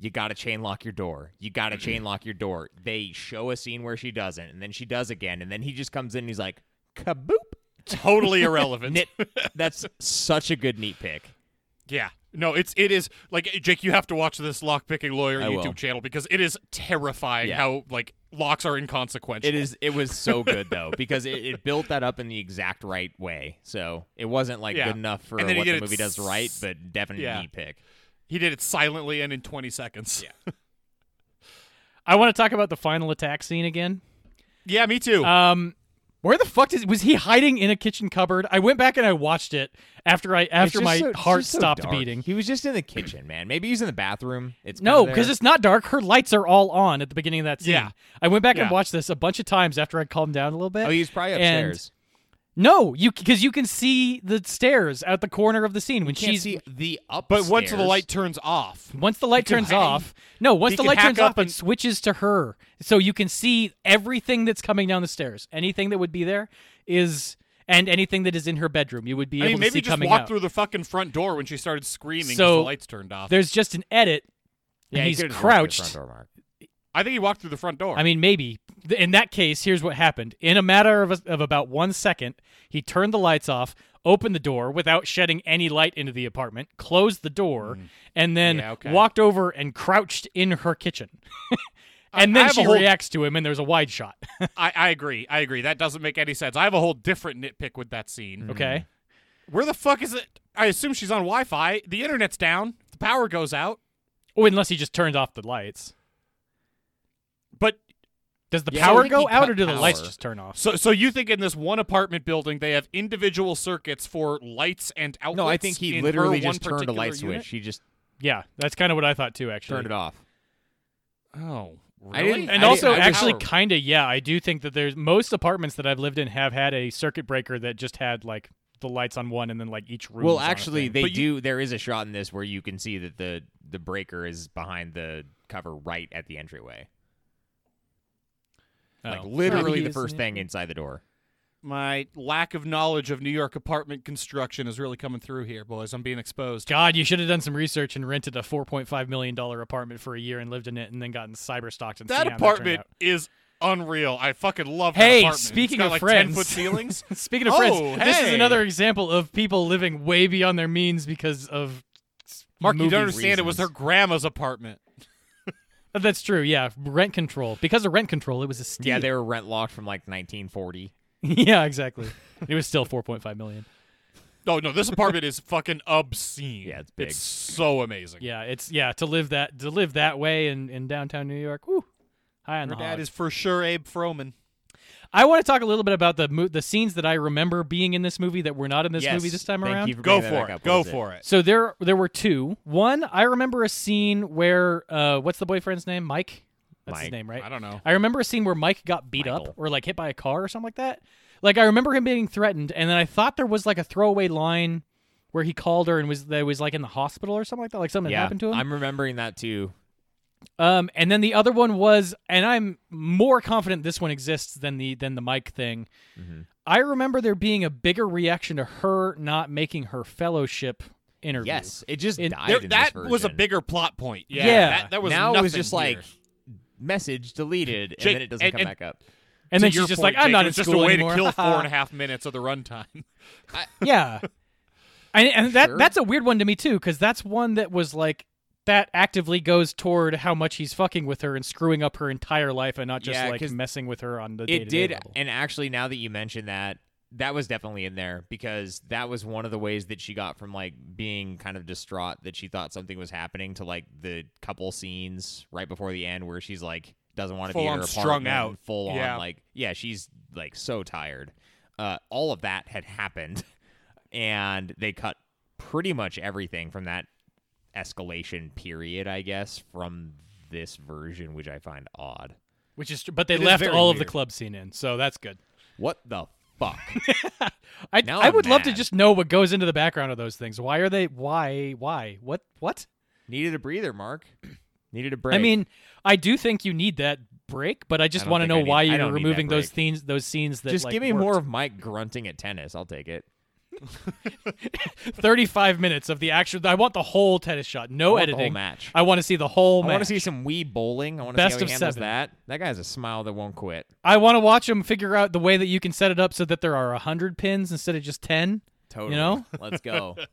you gotta chain lock your door. You gotta chain lock your door. They show a scene where she doesn't, and then she does again, and then he just comes in and he's like, kaboop.
Totally irrelevant.
Nit. That's such a good neat pick.
Yeah. No, it's it is like Jake. You have to watch this lock picking lawyer
I
YouTube
will.
channel because it is terrifying
Yeah.
how like locks are inconsequential.
It is. It was so good though because it, it built that up in the exact right way. So it wasn't like
Yeah.
good enough for
And
what
then he
the
did it
movie does right, but definitely
Yeah.
neat pick.
He did it silently and in 20 seconds. Yeah.
I want to talk about the final attack scene again.
yeah, me too.
Um, where the fuck is was he hiding in a kitchen cupboard? I went back and I watched it after I
It's
after
just
my
so- it's
heart
just so
stopped
dark.
beating.
He was just in the kitchen, man. Maybe he's in the bathroom. It's
No,
because
because it's not dark. Her lights are all on at the beginning of that scene.
Yeah.
I went back
Yeah.
and watched this a bunch of times after I calmed down a little bit.
oh, he's probably
and-
upstairs.
no, you because you can see the stairs out the corner of the scene when
Can't
she's
see the
but
upstairs.
once the light turns off,
once the light
can
turns
hang-
off. No, once
he
the
can
light
hack
turns off,
up and-
it switches to her, so you can see everything that's coming down the stairs. Anything that would be there is. And anything that is in her bedroom, you would be
I mean,
able to
maybe
see
just
coming
walk
out.
through the fucking front door when she started screaming 'cause
So,
the lights turned off.
There's just an edit, and
Yeah, he
he's
could've just walked through the front
crouched.
door, Mark.
I think he walked through the front door.
I mean, maybe. Th- In that case, here's what happened. In a matter of, of about one second, he turned the lights off, opened the door without shedding any light into the apartment, closed the door, and then
Mm. Yeah, okay.
walked over and crouched in her kitchen. and
I- I
then
have
she
a whole-
reacts to him, and there's a wide shot.
I, I agree. I agree. That doesn't make any sense. I have a whole different nitpick with that scene.
okay?
Where the fuck is it? I assume she's on Wi Fi. The internet's down. The power goes out.
Oh, unless he just turned off the lights.
But
Does the
Yeah, I
power
think
go
he
out,
cut
or do the lights
power.
just turn off?
so so you think in this one apartment building they have individual circuits for lights and outlets?
No, I think he
in
literally
her one
just turned a
particular
light
unit?
switch. He just
Yeah, that's kind of what I thought too. Actually,
turned it off.
Oh, really?
I didn't-
And
I
also,
didn't- I
actually,
power-
kind of, yeah, I do think that there's most apartments that I've lived in have had a circuit breaker that just had like the lights on one and then like each room.
Well,
was on a
actually,
thing.
they
But
do. There is a shot in this where you can see that the the breaker is behind the cover, right at the entryway. Like
Oh.
literally
Maybe
the
he's-
first thing inside the door.
my lack of knowledge of New York apartment construction is really coming through here, boys. I'm being exposed.
God, you should have done some research and rented a four point five million dollar apartment for a year and lived in it, and then gotten cyber stalked and
that
seen how turned
apartment
out.
is unreal. I fucking love that
Hey,
apartment.
speaking
it's got
of
like
friends,
10 foot ceilings.
speaking of
Oh,
friends, this is
hey.
another example of people living way beyond their means because of s-
Mark, you
movie
don't understand. It was her
reasons.
grandma's apartment.
Uh, That's true. Yeah, rent control. Because of rent control, it was a steal.
Yeah, they were rent locked from like 1940.
yeah, exactly. it was still four point five million.
No, no, this apartment is fucking obscene.
Yeah, it's big.
It's so amazing.
Yeah, it's yeah to live that to live that way in, in downtown New York. Woo, high on
Her
the
dad
hog.
is for sure Abe Froman.
I want to talk a little bit about the mo- the scenes that I remember being in this movie that were not in this
Yes,
movie this time
thank
around.
you for
Go
bringing that
for
back
it.
up.
Go
What was
for it.
So there there were two. One I remember a scene where uh what's the boyfriend's name? Mike. That's his
Mike.
name, right?
I don't know.
I remember a scene where Mike got beat
Michael.
up or like hit by a car or something like that. Like I remember him being threatened, and then I thought there was like a throwaway line where he called her and was that was like in the hospital or something like that. Like something
Yeah,
happened to him.
I'm remembering that too.
Um, and then the other one was, and I'm more confident this one exists than the than the Mike thing.
Mm-hmm.
I remember there being a bigger reaction to her not making her fellowship interview.
Yes, it just
In-
died.
There-
in this
that was a
version.
bigger plot point. Yeah,
Yeah.
That, that was
now it was
nothing
just
here.
like message deleted,
Jake,
and then it doesn't
and-
come
and-
back up.
and
To
then she's
your
just
point,
like, "I'm
Jake,
not
it
in
was just
school
a way
anymore."
to kill four and a half minutes of the runtime.
yeah, and, and that
Sure.
that's a weird one to me too, because that's one that was like that actively goes toward how much he's fucking with her and screwing up her entire life, and not just
Yeah,
like
'cause
messing with her on the
It
day-to-day
did,
level.
and actually, now that you mention that, that was definitely in there because that was one of the ways that she got from like being kind of distraught that she thought something was happening to like the couple scenes right before the end where she's like doesn't want to be
Full
in
on
her
strung
apartment,
out.
full
Yeah.
on like yeah, she's like so tired. Uh, all of that had happened, and they cut pretty much everything from that escalation period, I guess, from this version, which I find odd.
Which is, tr- but they
It is
left
very
all of the
weird.
club scene in, so that's good.
What the fuck?
I,
Now
I
I'm
would love to
mad.
just know what goes into the background of those things. Why are they? Why? Why? What? What?
Needed a breather, Mark. Needed a break.
I mean, I do think you need that break, but I just
don't
want to
think
know
I need-
why
I
you're
don't need that
removing those
break.
scenes. Those scenes that
just
like,
give me
worked.
more of Mike grunting at tennis. I'll take it.
35 minutes of the actual. I want the whole tennis shot, no
I want the
editing.
whole match.
I want to see the whole
I
match.
want to see some wee bowling. I want to see
Best
how he
of
handles
seven.
that. That guy has a smile that won't quit.
I want to watch them figure out the way that you can set it up so that there are 100 pins instead of just 10.
Totally.
know?
Let's go.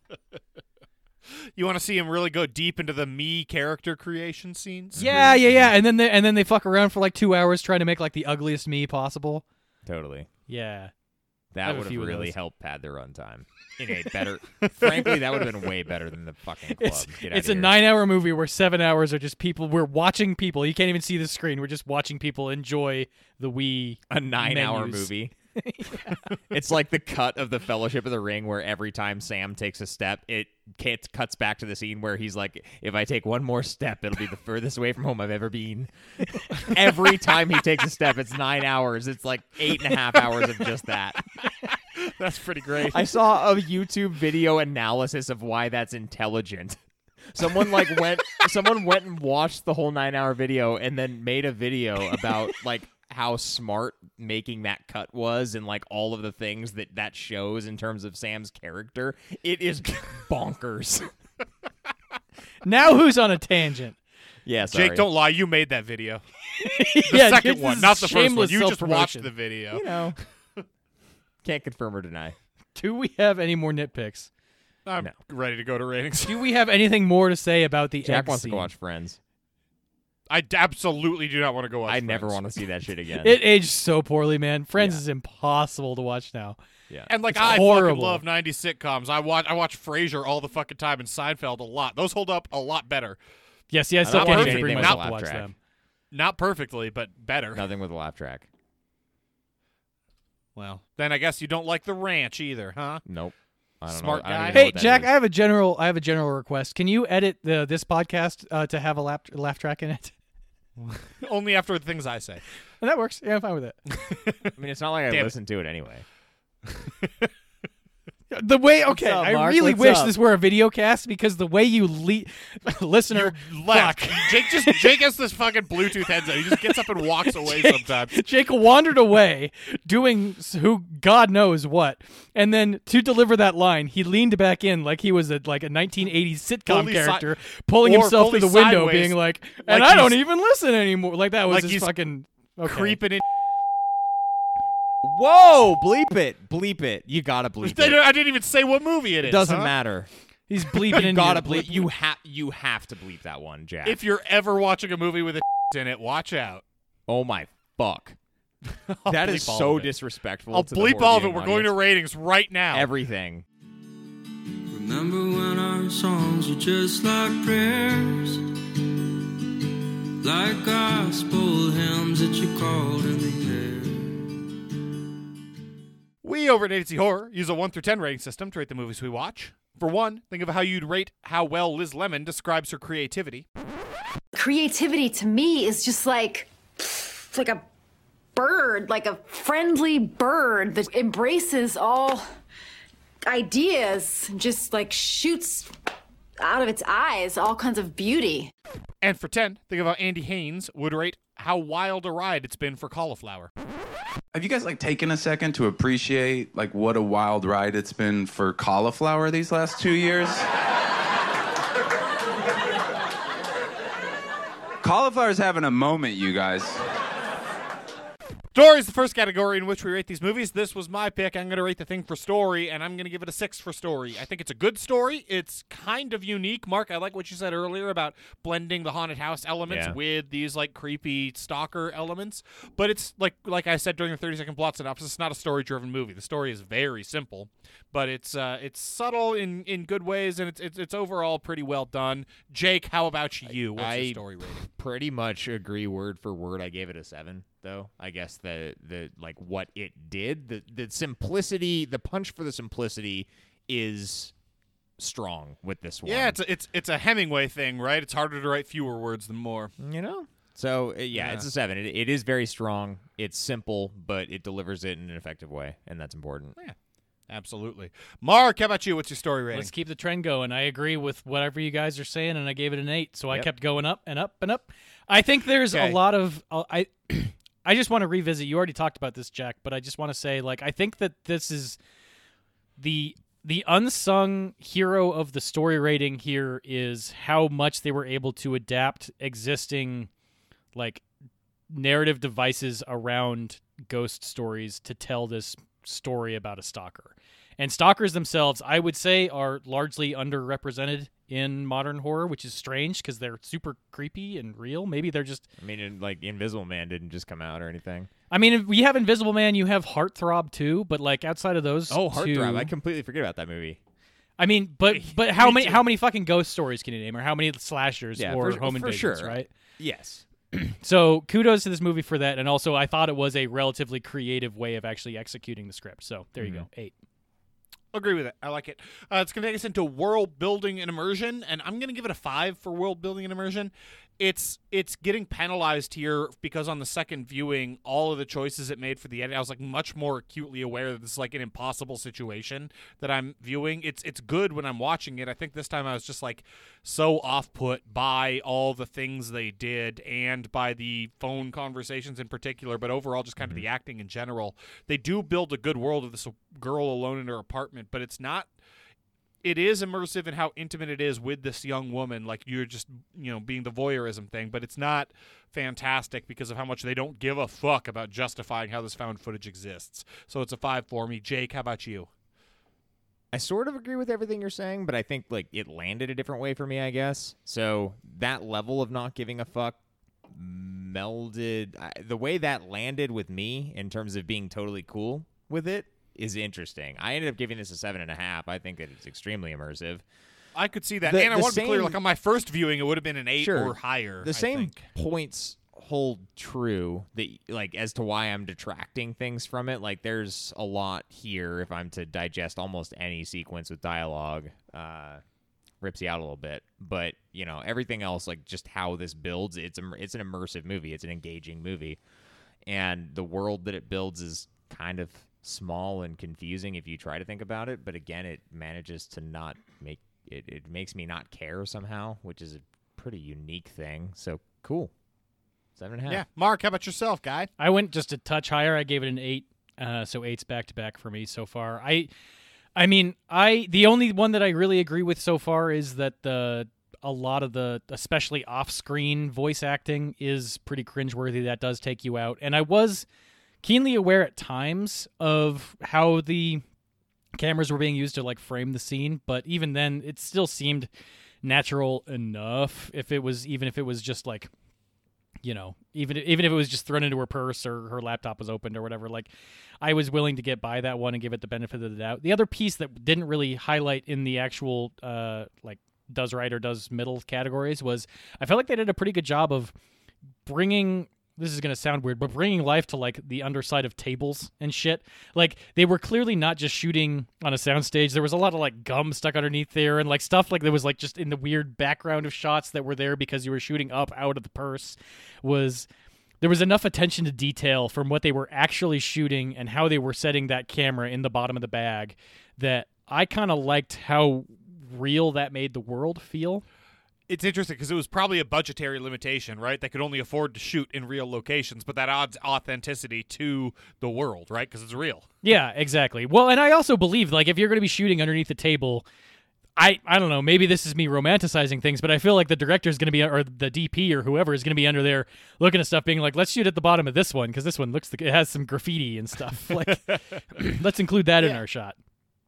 You want to see him really go deep into the me character creation scenes?
Yeah, yeah, yeah. And then they and then they fuck around for like 2 hours trying to make like the ugliest me possible.
totally.
Yeah. have
That
a
would have
few of
really
those.
helped pad their runtime. It ain't better. Frankly, that would have been way better than the fucking club.
It's,
Get outta
it's a
here.
9-hour movie where 7 hours are just people we're watching people. You can't even see the screen. We're just watching people enjoy the Wii
a nine hour
menus.
movie. It's like the cut of the Fellowship of the Ring, where every time Sam takes a step, it ca- cuts back to the scene where he's like, "If I take one more step, it'll be the furthest away from home I've ever been." every time he takes a step, it's nine hours. It's like eight and a half hours of just that.
That's pretty great.
I saw a YouTube video analysis of why that's intelligent. Someone like went someone went and watched the whole 9-hour video and then made a video about like how smart making that cut was and like all of the things that that shows in terms of Sam's character. It is bonkers.
Now who's on a tangent?
yeah, sorry.
Jake, don't lie. You made that video. The
yeah,
second
this
one,
is
not the first one.
shameless
You just watched
self-promotion.
the video.
you know. Can't confirm or deny.
Do we have any more nitpicks?
I'm
No.
ready to go to ratings.
Do we have anything more to say about the
Jack
egg
wants to
scene?
go watch Friends.
I d- absolutely do not want to go watch.
I never
Friends.
want to see that shit again.
It aged so poorly, man. Friends is impossible to watch now.
yeah.
And like
It's
I fucking
horrible.
love '90s sitcoms. I watch I watch Frasier all the fucking time and Seinfeld a lot. Those hold up a lot better.
Yes, yes,
I
still
don't
can't
watch
even
anything
bring
with
myself
laugh
to watch
track.
them.
Not perfectly, but better.
Nothing with a laugh track.
Well, then I guess you don't like the ranch either, huh?
Nope. I don't
Smart
know. I don't
guy.
even know
Hey,
what that
Jack,
is.
I have a general, I have a general request. Can you edit the, this podcast uh, to have a laugh, laugh track in it?
Only after the things I say.
And that works. Yeah, I'm fine with it.
I mean, it's not like I
Damn it.
listen to it anyway.
The way, okay,
up,
I
Mark?
really
What's
wish
up?
this were a video cast because the way you lead, listener,
Left.
fuck.
Jake just Jake has this fucking Bluetooth headset. He just gets up and walks away sometimes.
Jake wandered away doing s- who God knows what. And then to deliver that line, he leaned back in like he was a, like a 1980s sitcom
Fully si-
character, pulling
or
himself through
fully
the window,
sideways,
being like, and
like
I don't
he's-
even listen anymore. Like that was
like
his
he's
fucking okay.
Creeping in.
Whoa! Bleep it! Bleep it! You gotta bleep
I
it.
don't- I didn't even say what movie it is.
It doesn't
huh?
matter.
He's bleeping
You
in
gotta
your-
bleep. You have. You have to bleep that one, Jack.
If you're ever watching a movie with a in it, watch out.
oh my fuck!
I'll
That
bleep
is
all
so
of it.
disrespectful.
I'll
to the
bleep
horror
all of it.
viewing
We're going to
audience.
ratings right now.
everything.
Remember when our songs were just like prayers, like gospel hymns that you called in the air.
We over at Agency Horror use a 1 through 10 rating system to rate the movies we watch. For one, think of how you'd rate how well Liz Lemon describes her creativity.
creativity to me is just like it's like a bird like a friendly bird that embraces all ideas and just like shoots out of its eyes all kinds of beauty
And for 10, think of how Andy Haynes would rate how wild a ride it's been for Cauliflower.
Have you guys like taken a second to appreciate like what a wild ride it's been for cauliflower these last two years? Cauliflower's having a moment, you guys.
Story is the first category in which we rate these movies. This was my pick. I'm going to rate the thing for story, and I'm going to give it a six for story. I think it's a good story. It's kind of unique. Mark, I like what you said earlier about blending the haunted house elements
Yeah.
with these like creepy stalker elements. But it's like like I said during the 30 second plot synopsis, it's not a story driven movie. The story is very simple, but it's uh, it's subtle in in good ways, and it's it's, it's overall pretty well done. Jake, how about you? What's
I-
your story rating?
Pretty much agree word for word. I gave it a seven, though. I guess the the like what it did, the the simplicity, the punch for the simplicity, is strong with this one.
Yeah, it's a, it's it's a Hemingway thing, right? It's harder to write fewer words than more.
you know. So uh, yeah, it's a seven. It, it is very strong. It's simple, but it delivers it in an effective way, and that's important.
Absolutely. Mark, how about you? What's your story rating?
Let's keep the trend going. I agree with whatever you guys are saying, and I gave it an eight. So I
Yep.
kept going up and up and up. I think there's
Okay.
a lot of uh, I. I just want to revisit. You already talked about this, Jack, but I just want to say, like, I think that this is the the unsung hero of the story rating here is how much they were able to adapt existing like narrative devices around ghost stories to tell this story about a stalker. And stalkers themselves, I would say, are largely underrepresented in modern horror, which is strange because they're super creepy and real. Maybe they're just
I mean, and, like Invisible Man didn't just come out or anything.
I mean, if you have Invisible Man, you have Heartthrob too, but like outside of those,
Oh,
two-
Heartthrob! I completely forget about that movie.
I mean, but but how many how many fucking ghost stories can you name, or how many slashers
Yeah,
or
for-
home
for
invasions,
sure.
right?
Yes.
So kudos to this movie for that, and also I thought it was a relatively creative way of actually executing the script. So there
Mm-hmm.
you go, eight.
Agree with it. I like it. Uh, it's going to take us into world building and immersion, and I'm going to give it a five for world building and immersion. It's it's getting penalized here because on the second viewing, all of the choices it made for the edit, I was like much more acutely aware that this is like an impossible situation that I'm viewing. It's it's good when I'm watching it. I think this time I was just like so off put by all the things they did and by the phone conversations in particular, but overall just kind of the acting in general. They do build a good world of this girl alone in her apartment, but it's not it is immersive in how intimate it is with this young woman like you're just you know being the voyeurism thing but it's not fantastic because of how much they don't give a fuck about justifying how this found footage exists so it's a five for me jake how about you
I sort of agree with everything you're saying, but I think like it landed a different way for me, I guess. So that level of not giving a fuck melded I, the way that landed with me in terms of being totally cool with it is interesting. I ended up giving this a seven and a half. I think that it's extremely immersive.
i could see that
The-
and i
the
want to be clear
same-
like on my first viewing it would have been an eight
Sure.
or higher
The
I
same
think.
points hold true that like as to why I'm detracting things from it. Like there's a lot here if I'm to digest almost any sequence with dialogue. Uh rips you out a little bit, but you know, everything else like just how this builds, it's im- it's an immersive movie, it's an engaging movie. And the world that it builds is kind of small and confusing if you try to think about it, but again, it manages to not make it it makes me not care somehow, which is a pretty unique thing. So cool. Seven and a half.
yeah mark how about yourself guy
I went just a touch higher. I gave it an eight. Uh, so eight's back to back for me so far. I, I mean, I the only one that I really agree with so far is that the a lot of the especially off screen voice acting is pretty cringeworthy. That does take you out. And I was keenly aware at times of how the cameras were being used to like frame the scene, but even then, it still seemed natural enough. If it was even if it was just like you know, even even if it was just thrown into her purse or her laptop was opened or whatever, like I was willing to get by that one and give it the benefit of the doubt. The other piece that didn't really highlight in the actual uh like does right or does middle categories was I felt like they did a pretty good job of bringing this is going to sound weird, but bringing life to like the underside of tables and shit. Like they were clearly not just shooting on a soundstage. There was a lot of like gum stuck underneath there and like stuff like that was like just in the weird background of shots that were there because you were shooting up out of the purse was there was enough attention to detail from what they were actually shooting and how they were setting that camera in the bottom of the bag that I kind of liked how real that made the world feel.
it's interesting because it was probably a budgetary limitation, right? They could only afford to shoot in real locations, but that adds authenticity to the world, right? Because it's real.
Yeah, exactly. Well, and I also believe like if you're going to be shooting underneath the table, I I don't know, maybe this is me romanticizing things, but I feel like the director is going to be or the DP or whoever is going to be under there looking at stuff being like, "Let's shoot at the bottom of this one because this one looks like it has some graffiti and stuff." Like let's include that in our shot.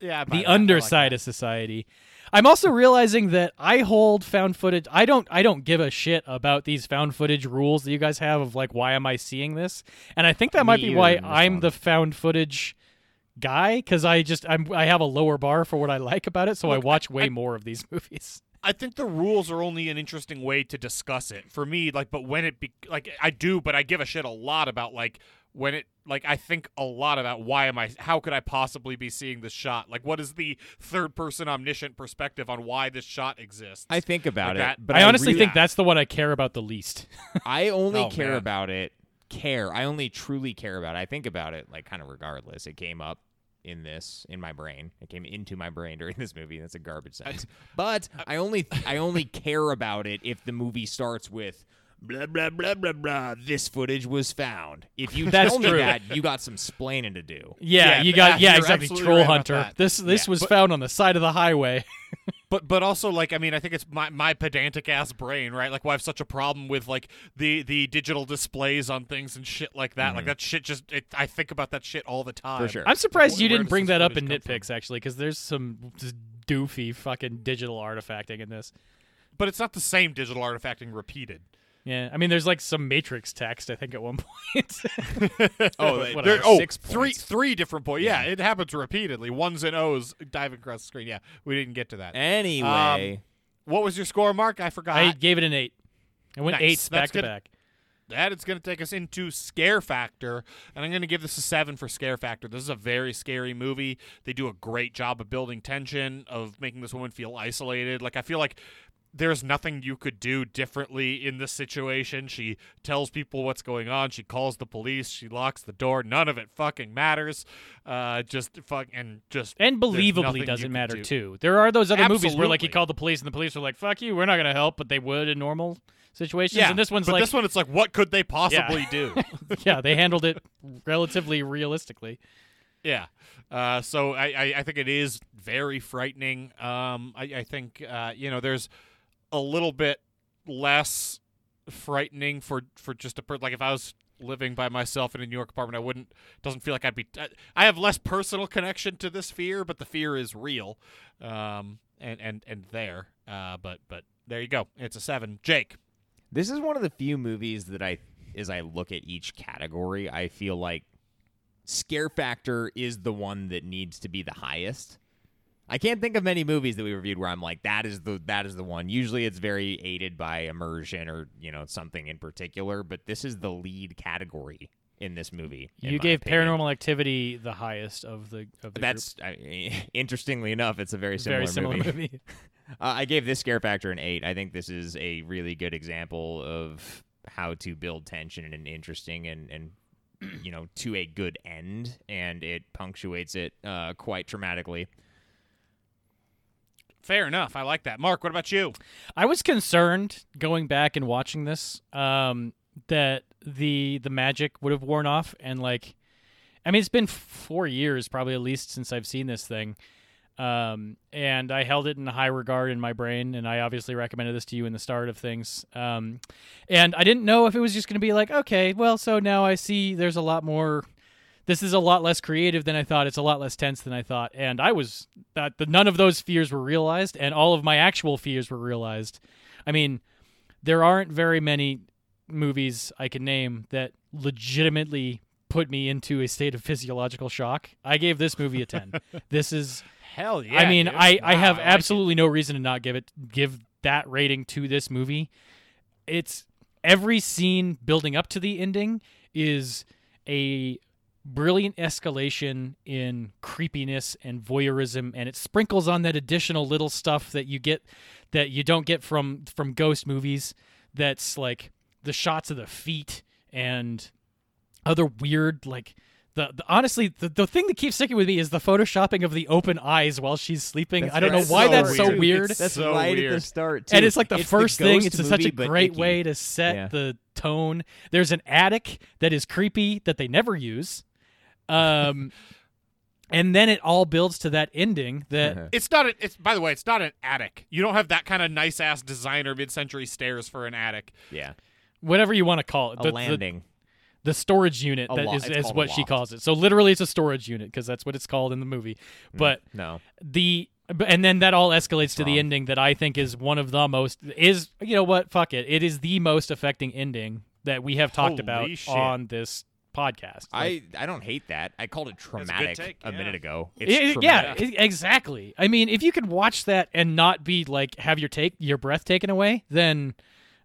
Yeah,
the underside of society. I'm also realizing that I hold found footage. I don't. I don't give a shit about these found footage rules that you guys have of like, why am I seeing this? And I think that might be
either
why
in this
I'm
one.
the found footage guy because I just I'm, I have a lower bar for what I like about it, so I watch way more of these movies.
I think the rules are only an interesting way to discuss it for me. Like, but when it be like, I do, but I give a shit a lot about like when it like I think a lot about why am I? How could I possibly be seeing this shot? Like, what is the third person omniscient perspective on why this shot exists?
I think about
Like
it,
that-
but
I, honestly
really-
think that's the one I care about the least.
I only
Oh,
care
man.
about it. Care. I only truly care about it. I think about it like kind of regardless. It came up in this in my brain. It came into my brain during this movie. That's a garbage sentence. But I only I only care about it if the movie starts with blah blah blah blah blah. This footage was found. If you
That's
tell me
true. Um,
that, you got some splaining to do.
Yeah,
Yeah,
you got
yeah,
yeah,
you're
exactly.
absolutely
Troll
right about
hunter.
that.
This this
Yeah,
was
but-
found on the side of the highway.
But but also like I mean I think it's my, my pedantic ass brain right like why I have such a problem with like the the digital displays on things and shit like that like that shit just it, I think about that shit all the time
Mm-hmm. For sure.
I'm surprised
Where-
you
where
didn't
does
bring
this
that up in
footage come
nitpicks actually, because there's some just doofy fucking digital artifacting in this.
but it's not the same digital artifacting repeated
Yeah, I mean, there's like some matrix text I think at one point. uh,
Oh,
But
they-
whatever.
There,
Like
oh,
six
three
points.
three different points. Yeah, it happens repeatedly. Ones and O's diving across the screen. Yeah, we didn't get to that.
Anyway,
what was your score, Mark? I forgot.
I gave it an eight. I went
Nice.
eights
That's
back to
good.
back.
That is going to take us into scare factor, and I'm going to give this a seven for scare factor. This is a very scary movie. They do a great job of building tension, of making this woman feel isolated. Like I feel like there's nothing you could do differently in this situation. She tells people what's going on. She calls the police. She locks the door. None of it fucking matters. Uh, just fuck and just
And
there's nothing
believably
you
doesn't
can
matter
do.
too. There are those other movies where like he
Absolutely.
called the police and the police are like, "Fuck you, we're not gonna help," but they would in normal situations.
Yeah,
and this one's
but
like,
this one, it's like, what could they possibly do?
yeah, they handled it relatively realistically.
Yeah. Uh, so I, I, I think it is very frightening. Um, I, I think uh, you know there's a little bit less frightening for for just a per- like if I was living by myself in a New York apartment, I wouldn't doesn't feel like I'd be. I- I have less personal connection to this fear, but the fear is real. Um, and and and there. Uh, but but there you go. It's a seven, Jake.
This is one of the few movies that I, as I look at each category, I feel like scare factor is the one that needs to be the highest. I can't think of many movies that we reviewed where I'm like, that is the that is the one. Usually, it's very aided by immersion or you know something in particular, but this is the lead category in this movie. in
you
my
gave
opinion.
Paranormal Activity the highest of the of the
But That's I, interestingly enough, it's a very
group.
similar,
very similar
movie.
movie.
Uh, I gave this scare factor an eight. I think this is a really good example of how to build tension in an interesting and and you know to a good end, and it punctuates it uh, quite dramatically.
Fair enough. I like that. Mark, what about you?
I was concerned going back and watching this um, that the the magic would have worn off and like I mean it's been four years probably at least since I've seen this thing. Um, and I held it in high regard in my brain, and I obviously recommended this to you in the start of things. Um, and I didn't know if it was just going to be like, okay, well, so now I see there's a lot more. This is a lot less creative than I thought. It's a lot less tense than I thought, and I was that the, none of those fears were realized, and all of my actual fears were realized. I mean, there aren't very many movies I can name that legitimately put me into a state of physiological shock. I gave this movie a ten. this is
Hell
I mean,
dude.
I, I
Wow,
have
like it.
absolutely no reason to not give it give that rating to this movie. It's every scene building up to the ending is a brilliant escalation in creepiness and voyeurism and it sprinkles on that additional little stuff that you get that you don't get from from ghost movies that's like the shots of the feet and other weird like the, the honestly the, the thing that keeps sticking with me is the photoshopping of the open eyes while she's sleeping. I don't know
right.
why
So
that's so
weird.
weird.
It's That's so
right
right at the
at the
weird.
start,
and it's like the first thing. It's such a great way to set
Yeah.
the tone. There's an attic that is creepy that they never use. Um and then it all builds to that ending that
Uh-huh.
It's not. A, it's by the way, it's not an attic. You don't have that kind of nice ass designer mid century stairs for an attic.
Yeah,
whatever you want to call it
a
the, the,
landing.
the storage unit
A
that is
lo- it's
is
called a
what she
loft.
calls it. So literally it's a storage unit because that's what it's called in the movie.
Hmm.
But
no,
the but- and then that all escalates to the
Wrong.
ending that I think is one of the most is you know what fuck it it is the most affecting ending that we have talked
Holy
about
shit.
on this podcast. Like,
I I don't hate that. I called it
good
traumatic
take,
a
yeah.
minute ago. It's
it- it- yeah,
traumatic.
it- exactly. I mean, if you could watch that and not be like have your take your breath taken away, then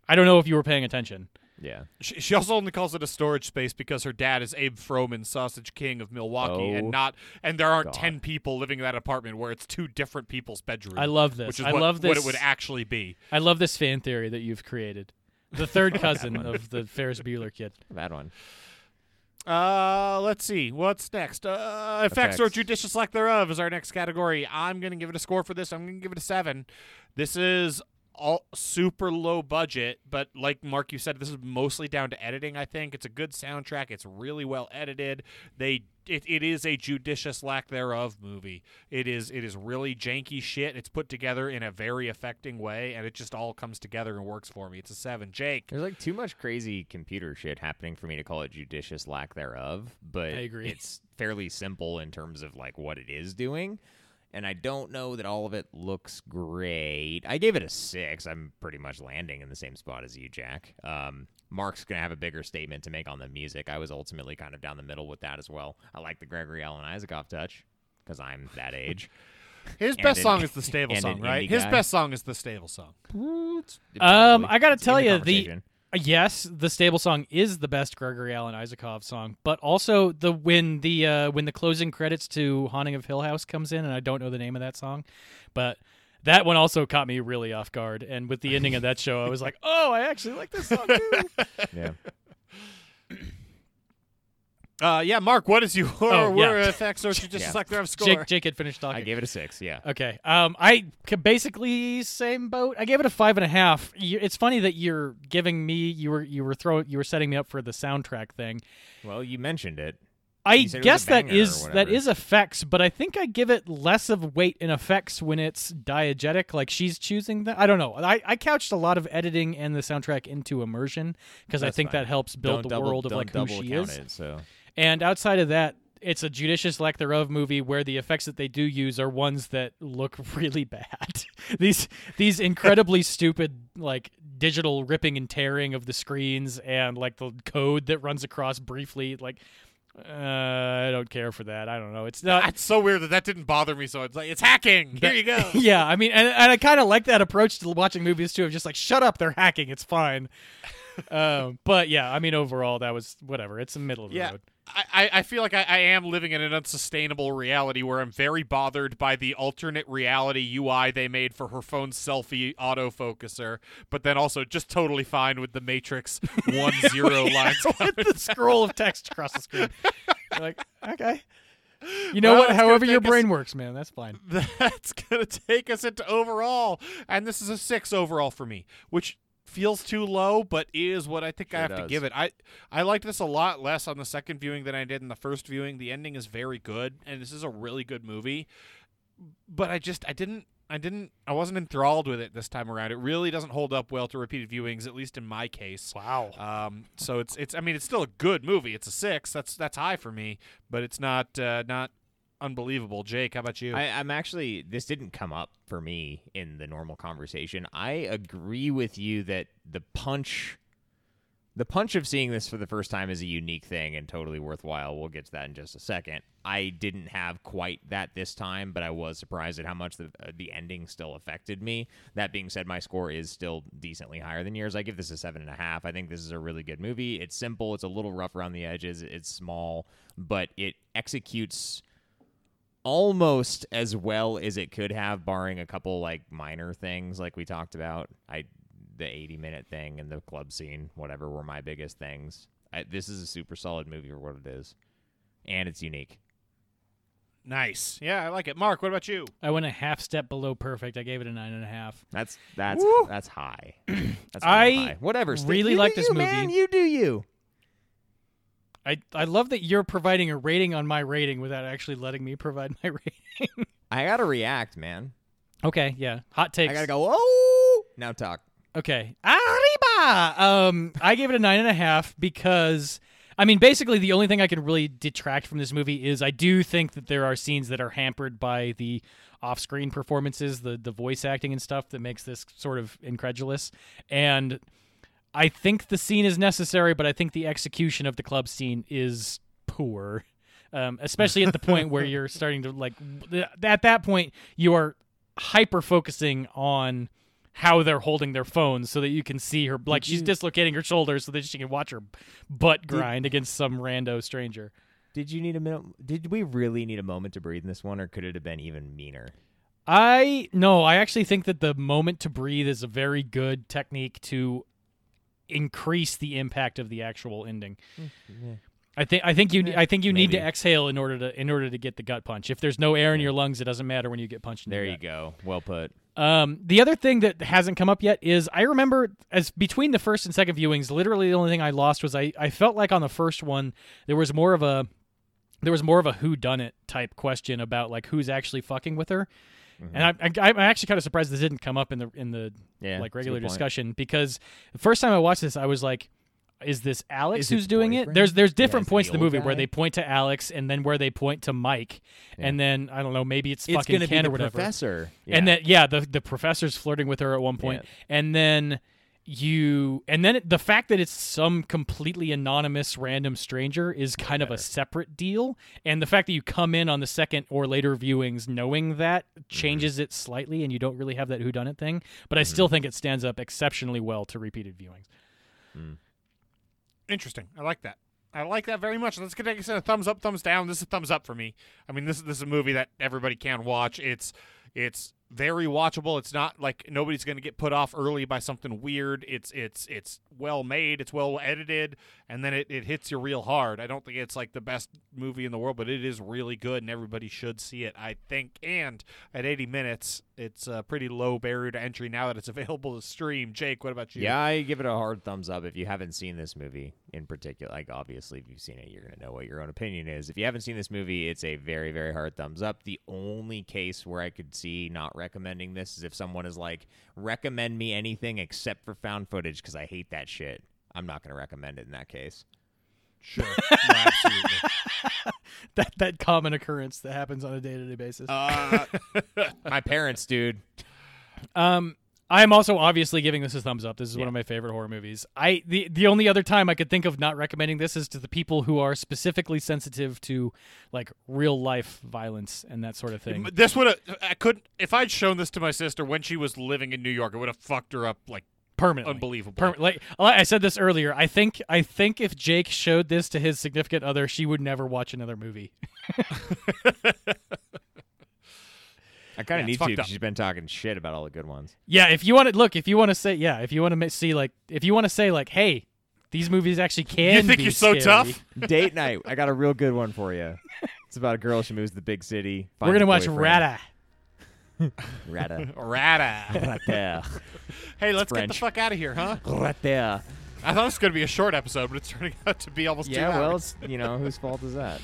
I don't know if you were paying attention.
yeah.
She, she also only calls it a storage space because her dad is Abe Froman, Sausage King of Milwaukee,
Oh,
and not. And there aren't
God.
ten people living in that apartment where it's two different people's bedrooms.
I love this.
Which is
I
what,
love
What it
this.
would actually be.
I love this fan theory that you've created. The third cousin of the Ferris Bueller kid.
That one.
Uh, let's see. What's next? Uh, effects, or
Effects.
judicious lack thereof is our next category. I'm gonna give it a score for this. I'm gonna give it a seven. This is all super low budget, but like Mark, you said, this is mostly down to editing. I think it's a good soundtrack. It's really well edited. They it, it is a judicious lack thereof movie. It is it is really janky shit. It's put together in a very affecting way, and it just all comes together and works for me. It's a seven, Jake.
There's like too much crazy computer shit happening for me to call it judicious lack thereof, but
I agree.
it's fairly simple in terms of like what it is doing. And I don't know that all of it looks great. I gave it a six. I'm pretty much landing in the same spot as you, Jack. Um, Mark's gonna have a bigger statement to make on the music. I was ultimately kind of down the middle with that as well. I like the Gregory Alan Isaacoff touch because I'm that age.
His
And
best
an-
song is the stable
and
song,
an
right?
indie
His
guy.
best song is the stable song.
Um,
Probably.
I gotta
It's in
tell
the
you, the
conversation.
uh, yes, the stable song is the best Gregory Alan Isakov song, but also the when the uh, when the closing credits to Haunting of Hill House comes in, and I don't know the name of that song, but that one also caught me really off guard. And with the ending of that show, I was like, oh, I actually like this song too.
yeah.
Uh, yeah, Mark, what is your
Oh, yeah.
were effects or should just
Yeah.
select their score?
Jake, Jake had finished talking.
I gave it a six. Yeah.
Okay. Um, I c- basically same boat. I gave it a five and a half. You, it's funny that you're giving me you were you were throwing you were setting me up for the soundtrack thing.
Well, you mentioned it.
I
You said it was a
guess that
banger or
is that
whatever.
is effects, but I think I give it less of weight in effects when it's diegetic, like she's choosing that. I don't know. I, I couched a lot of editing and the soundtrack into immersion because I
That's
think
fine.
that helps build
Don't
the
double-
world of
don't
like who
double
she
count
is.
It, so
And outside of that, it's a judicious lack thereof movie where the effects that they do use are ones that look really bad. these these incredibly stupid like digital ripping and tearing of the screens and like the code that runs across briefly like uh, I don't care for that. I don't know. It's not
That's so Oh, weird that that didn't bother me. So it's like it's hacking. Here you go.
yeah, I mean, and, and I kind of like that approach to watching movies too. Of just like, shut up, they're hacking, it's fine. um, but yeah, I mean, overall, that was whatever. It's a middle of the
Yeah.
road.
I, I- I feel like I, I am living in an unsustainable reality where I'm very bothered by the alternate reality UI they made for her phone's selfie autofocuser, but then also just totally fine with the Matrix one zero lines.
with the scroll of text across the screen. You're like, okay. You know
Well,
what?
it's gonna
However your
take us-
brain works, man. That's fine.
That's gonna take us into overall, and this is a six overall for me, which feels too low, but is what I think I
Sure
have to
does.
give it. I I liked this a lot less on the second viewing than I did in the first viewing. The ending is very good, and this is a really good movie, but I just I didn't. I didn't. I wasn't enthralled with it this time around. It really doesn't hold up well to repeated viewings, at least in my case.
Wow.
Um, so it's it's. I mean, it's still a good movie. It's a six. That's that's high for me, but it's not uh, not unbelievable. Jake, how about you?
I, I'm actually this didn't come up for me in the normal conversation. I agree with you that the punch, the punch of seeing this for the first time is a unique thing and totally worthwhile. We'll get to that in just a second. I didn't have quite that this time, but I was surprised at how much the uh, the ending still affected me. That being said, my score is still decently higher than yours. I give this a seven and a half. I think this is a really good movie. It's simple. It's a little rough around the edges. It's small, but it executes almost as well as it could have, barring a couple like minor things like we talked about. I the 80 minute thing and the club scene, whatever, were my biggest things. I, this is a super solid movie for what it is, and it's unique.
Nice. Yeah, I like it. Mark, what about you?
I went a half step below perfect. I gave it a nine and a half.
That's that's
Woo!
that's high. that's real
I
high. whatever. Steve.
really
You do
like this
you, Man,
movie.
you do you.
I, I love that you're providing a rating on my rating without actually letting me provide my rating.
I gotta react, man.
okay, yeah. Hot takes.
I gotta go. Oh, now talk.
Okay. Arriba! Um, I gave it a nine and a half because, I mean, basically the only thing I can really detract from this movie is I do think that there are scenes that are hampered by the off-screen performances, the the voice acting and stuff that makes this sort of incredulous. And I think the scene is necessary, but I think the execution of the club scene is poor. Um, especially at the point where you're starting to like th- at that point you are hyper focusing on how they're holding their phones so that you can see her like she's dislocating her shoulder so that she can watch her butt grind against some rando stranger.
Did you need a minute? Did we really need a moment to breathe in this one, or could it have been even meaner?
I no, I actually think that the moment to breathe is a very good technique to increase the impact of the actual ending. I think I think you I think you need to
Mm-hmm. Maybe.
exhale in order to in order to get the gut punch. If there's no air in your lungs, it doesn't matter when you get punched. in the
There you
gut.
go. Well put.
Um, the other thing that hasn't come up yet is I remember as between the first and second viewings, literally the only thing I lost was I, I felt like on the first one there was more of a there was more of a who done it type question about like who's actually fucking with her.
Mm-hmm.
And I, I, I'm actually kind of surprised this didn't come up in the in the
Yeah, that's
like
a
regular
good point.
discussion because the first time I watched this, I was like, "Is this Alex
Is it
who's doing it?"
boyfriend?
There's there's
Yeah,
different
is it
points
the
in the
old
movie where
guy?
they point to Alex and then where they point to Mike, and then I don't know, maybe it's,
It's
fucking
gonna
Ken or
be the
whatever.
professor.
And
Yeah.
then yeah, the the professor's flirting with her at one point. and then you and then it- the fact that it's some completely anonymous random stranger is kind of a separate deal and the fact that you come in on the second or later viewings knowing that changes it slightly and you don't really have that who done it thing but i still think it stands up exceptionally well to repeated viewings
Interesting. I like that. I like that very much. Let's get a a thumbs up, thumbs down. This is a thumbs up for me. I mean, this is this is a movie that everybody can watch. It's it's very watchable. It's not like nobody's going to get put off early by something weird. It's it's it's well made. It's well edited, and then it, it hits you real hard. I don't think it's like the best movie in the world, but it is really good, and everybody should see it. I think. And at 80 minutes, it's a pretty low barrier to entry now that it's available to stream. Jake, what about you?
Yeah, I give it a hard thumbs up if you haven't seen this movie in particular. Like, obviously, if you've seen it, you're going to know what your own opinion is. If you haven't seen this movie, it's a very, very hard thumbs up. The only case where I could see not recommending this is if someone is like, recommend me anything except for found footage because I hate that shit. I'm not going to recommend it in that case.
Sure. No, absolutely.
that that common occurrence that happens on a day-to-day basis
Uh, my parents, dude.
Um, I am also obviously giving this a thumbs up. This is one of my favorite horror movies. I the the only other time I could think of not recommending this is to the people who are specifically sensitive to like real life violence and that sort of thing.
M- This would have. I couldn't. If I'd shown this to my sister when she was living in New York, it would have fucked her up like
Permanently,
unbelievable.
Perma- like like I said this earlier, I think I think if Jake showed this to his significant other, she would never watch another movie.
I kind
Yeah,
of
it's
need to
fucked
'cause
up.
she's been talking shit about all the good ones.
Yeah, if you want to look, if you want to say, yeah, if you want to see like, if you want to say like, hey, these movies actually can.
You think
be
you're so
scary.
tough?
Date night. I got a real good one for you. It's about a girl. She moves to the big city.
We're gonna watch
Rada.
Rata.
Rata.
Rata.
Right there.
hey, let's get the
French.
fuck out of here, huh?
Right there.
I thought this was gonna be a short episode, but it's turning out to be almost two
Yeah, well,
hours.
it's, you know, whose fault is that?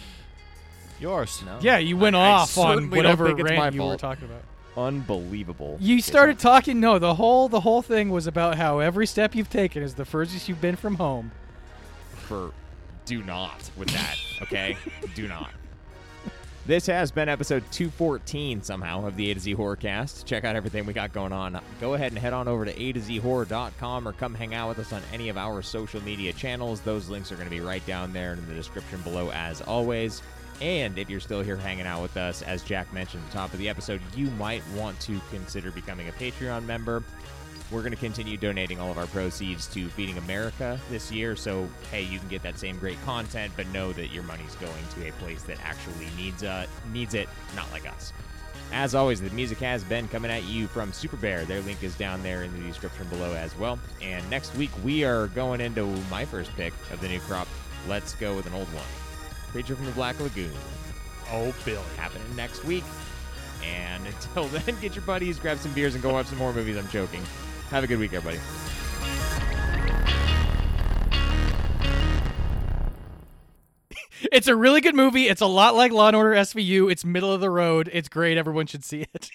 yours.
No.
Yeah, you went
I
off on
certainly don't
whatever
think it's my
rant you were
fault.
talking about.
Unbelievable.
You started talking. No, the whole the whole thing was about how every step you've taken is the furthest you've been from home.
for do not with that, okay? do not. This has been episode 214 somehow of the A to Z Horrorcast. Check out everything we got going on. Go ahead and head on over to A to Z Horror.com or come hang out with us on any of our social media channels. Those links are going to be right down there in the description below, as always. And if you're still here hanging out with us, as Jack mentioned at the top of the episode, you might want to consider becoming a Patreon member. We're going to continue donating all of our proceeds to Feeding America this year. So, hey, you can get that same great content, but know that your money's going to a place that actually needs, uh, needs it, not like us. As always, the music has been coming at you from Super Bear. Their link is down there in the description below as well. And next week, we are going into my first pick of the new crop. Let's go with an old one Creature from the Black Lagoon
Oh, Billy.
happening next week. And until then, get your buddies, grab some beers, and go watch some more movies. I'm joking. Have a good week, everybody.
It's a really good movie. It's a lot like Law and Order SVU. It's middle of the road. It's great. Everyone should see it.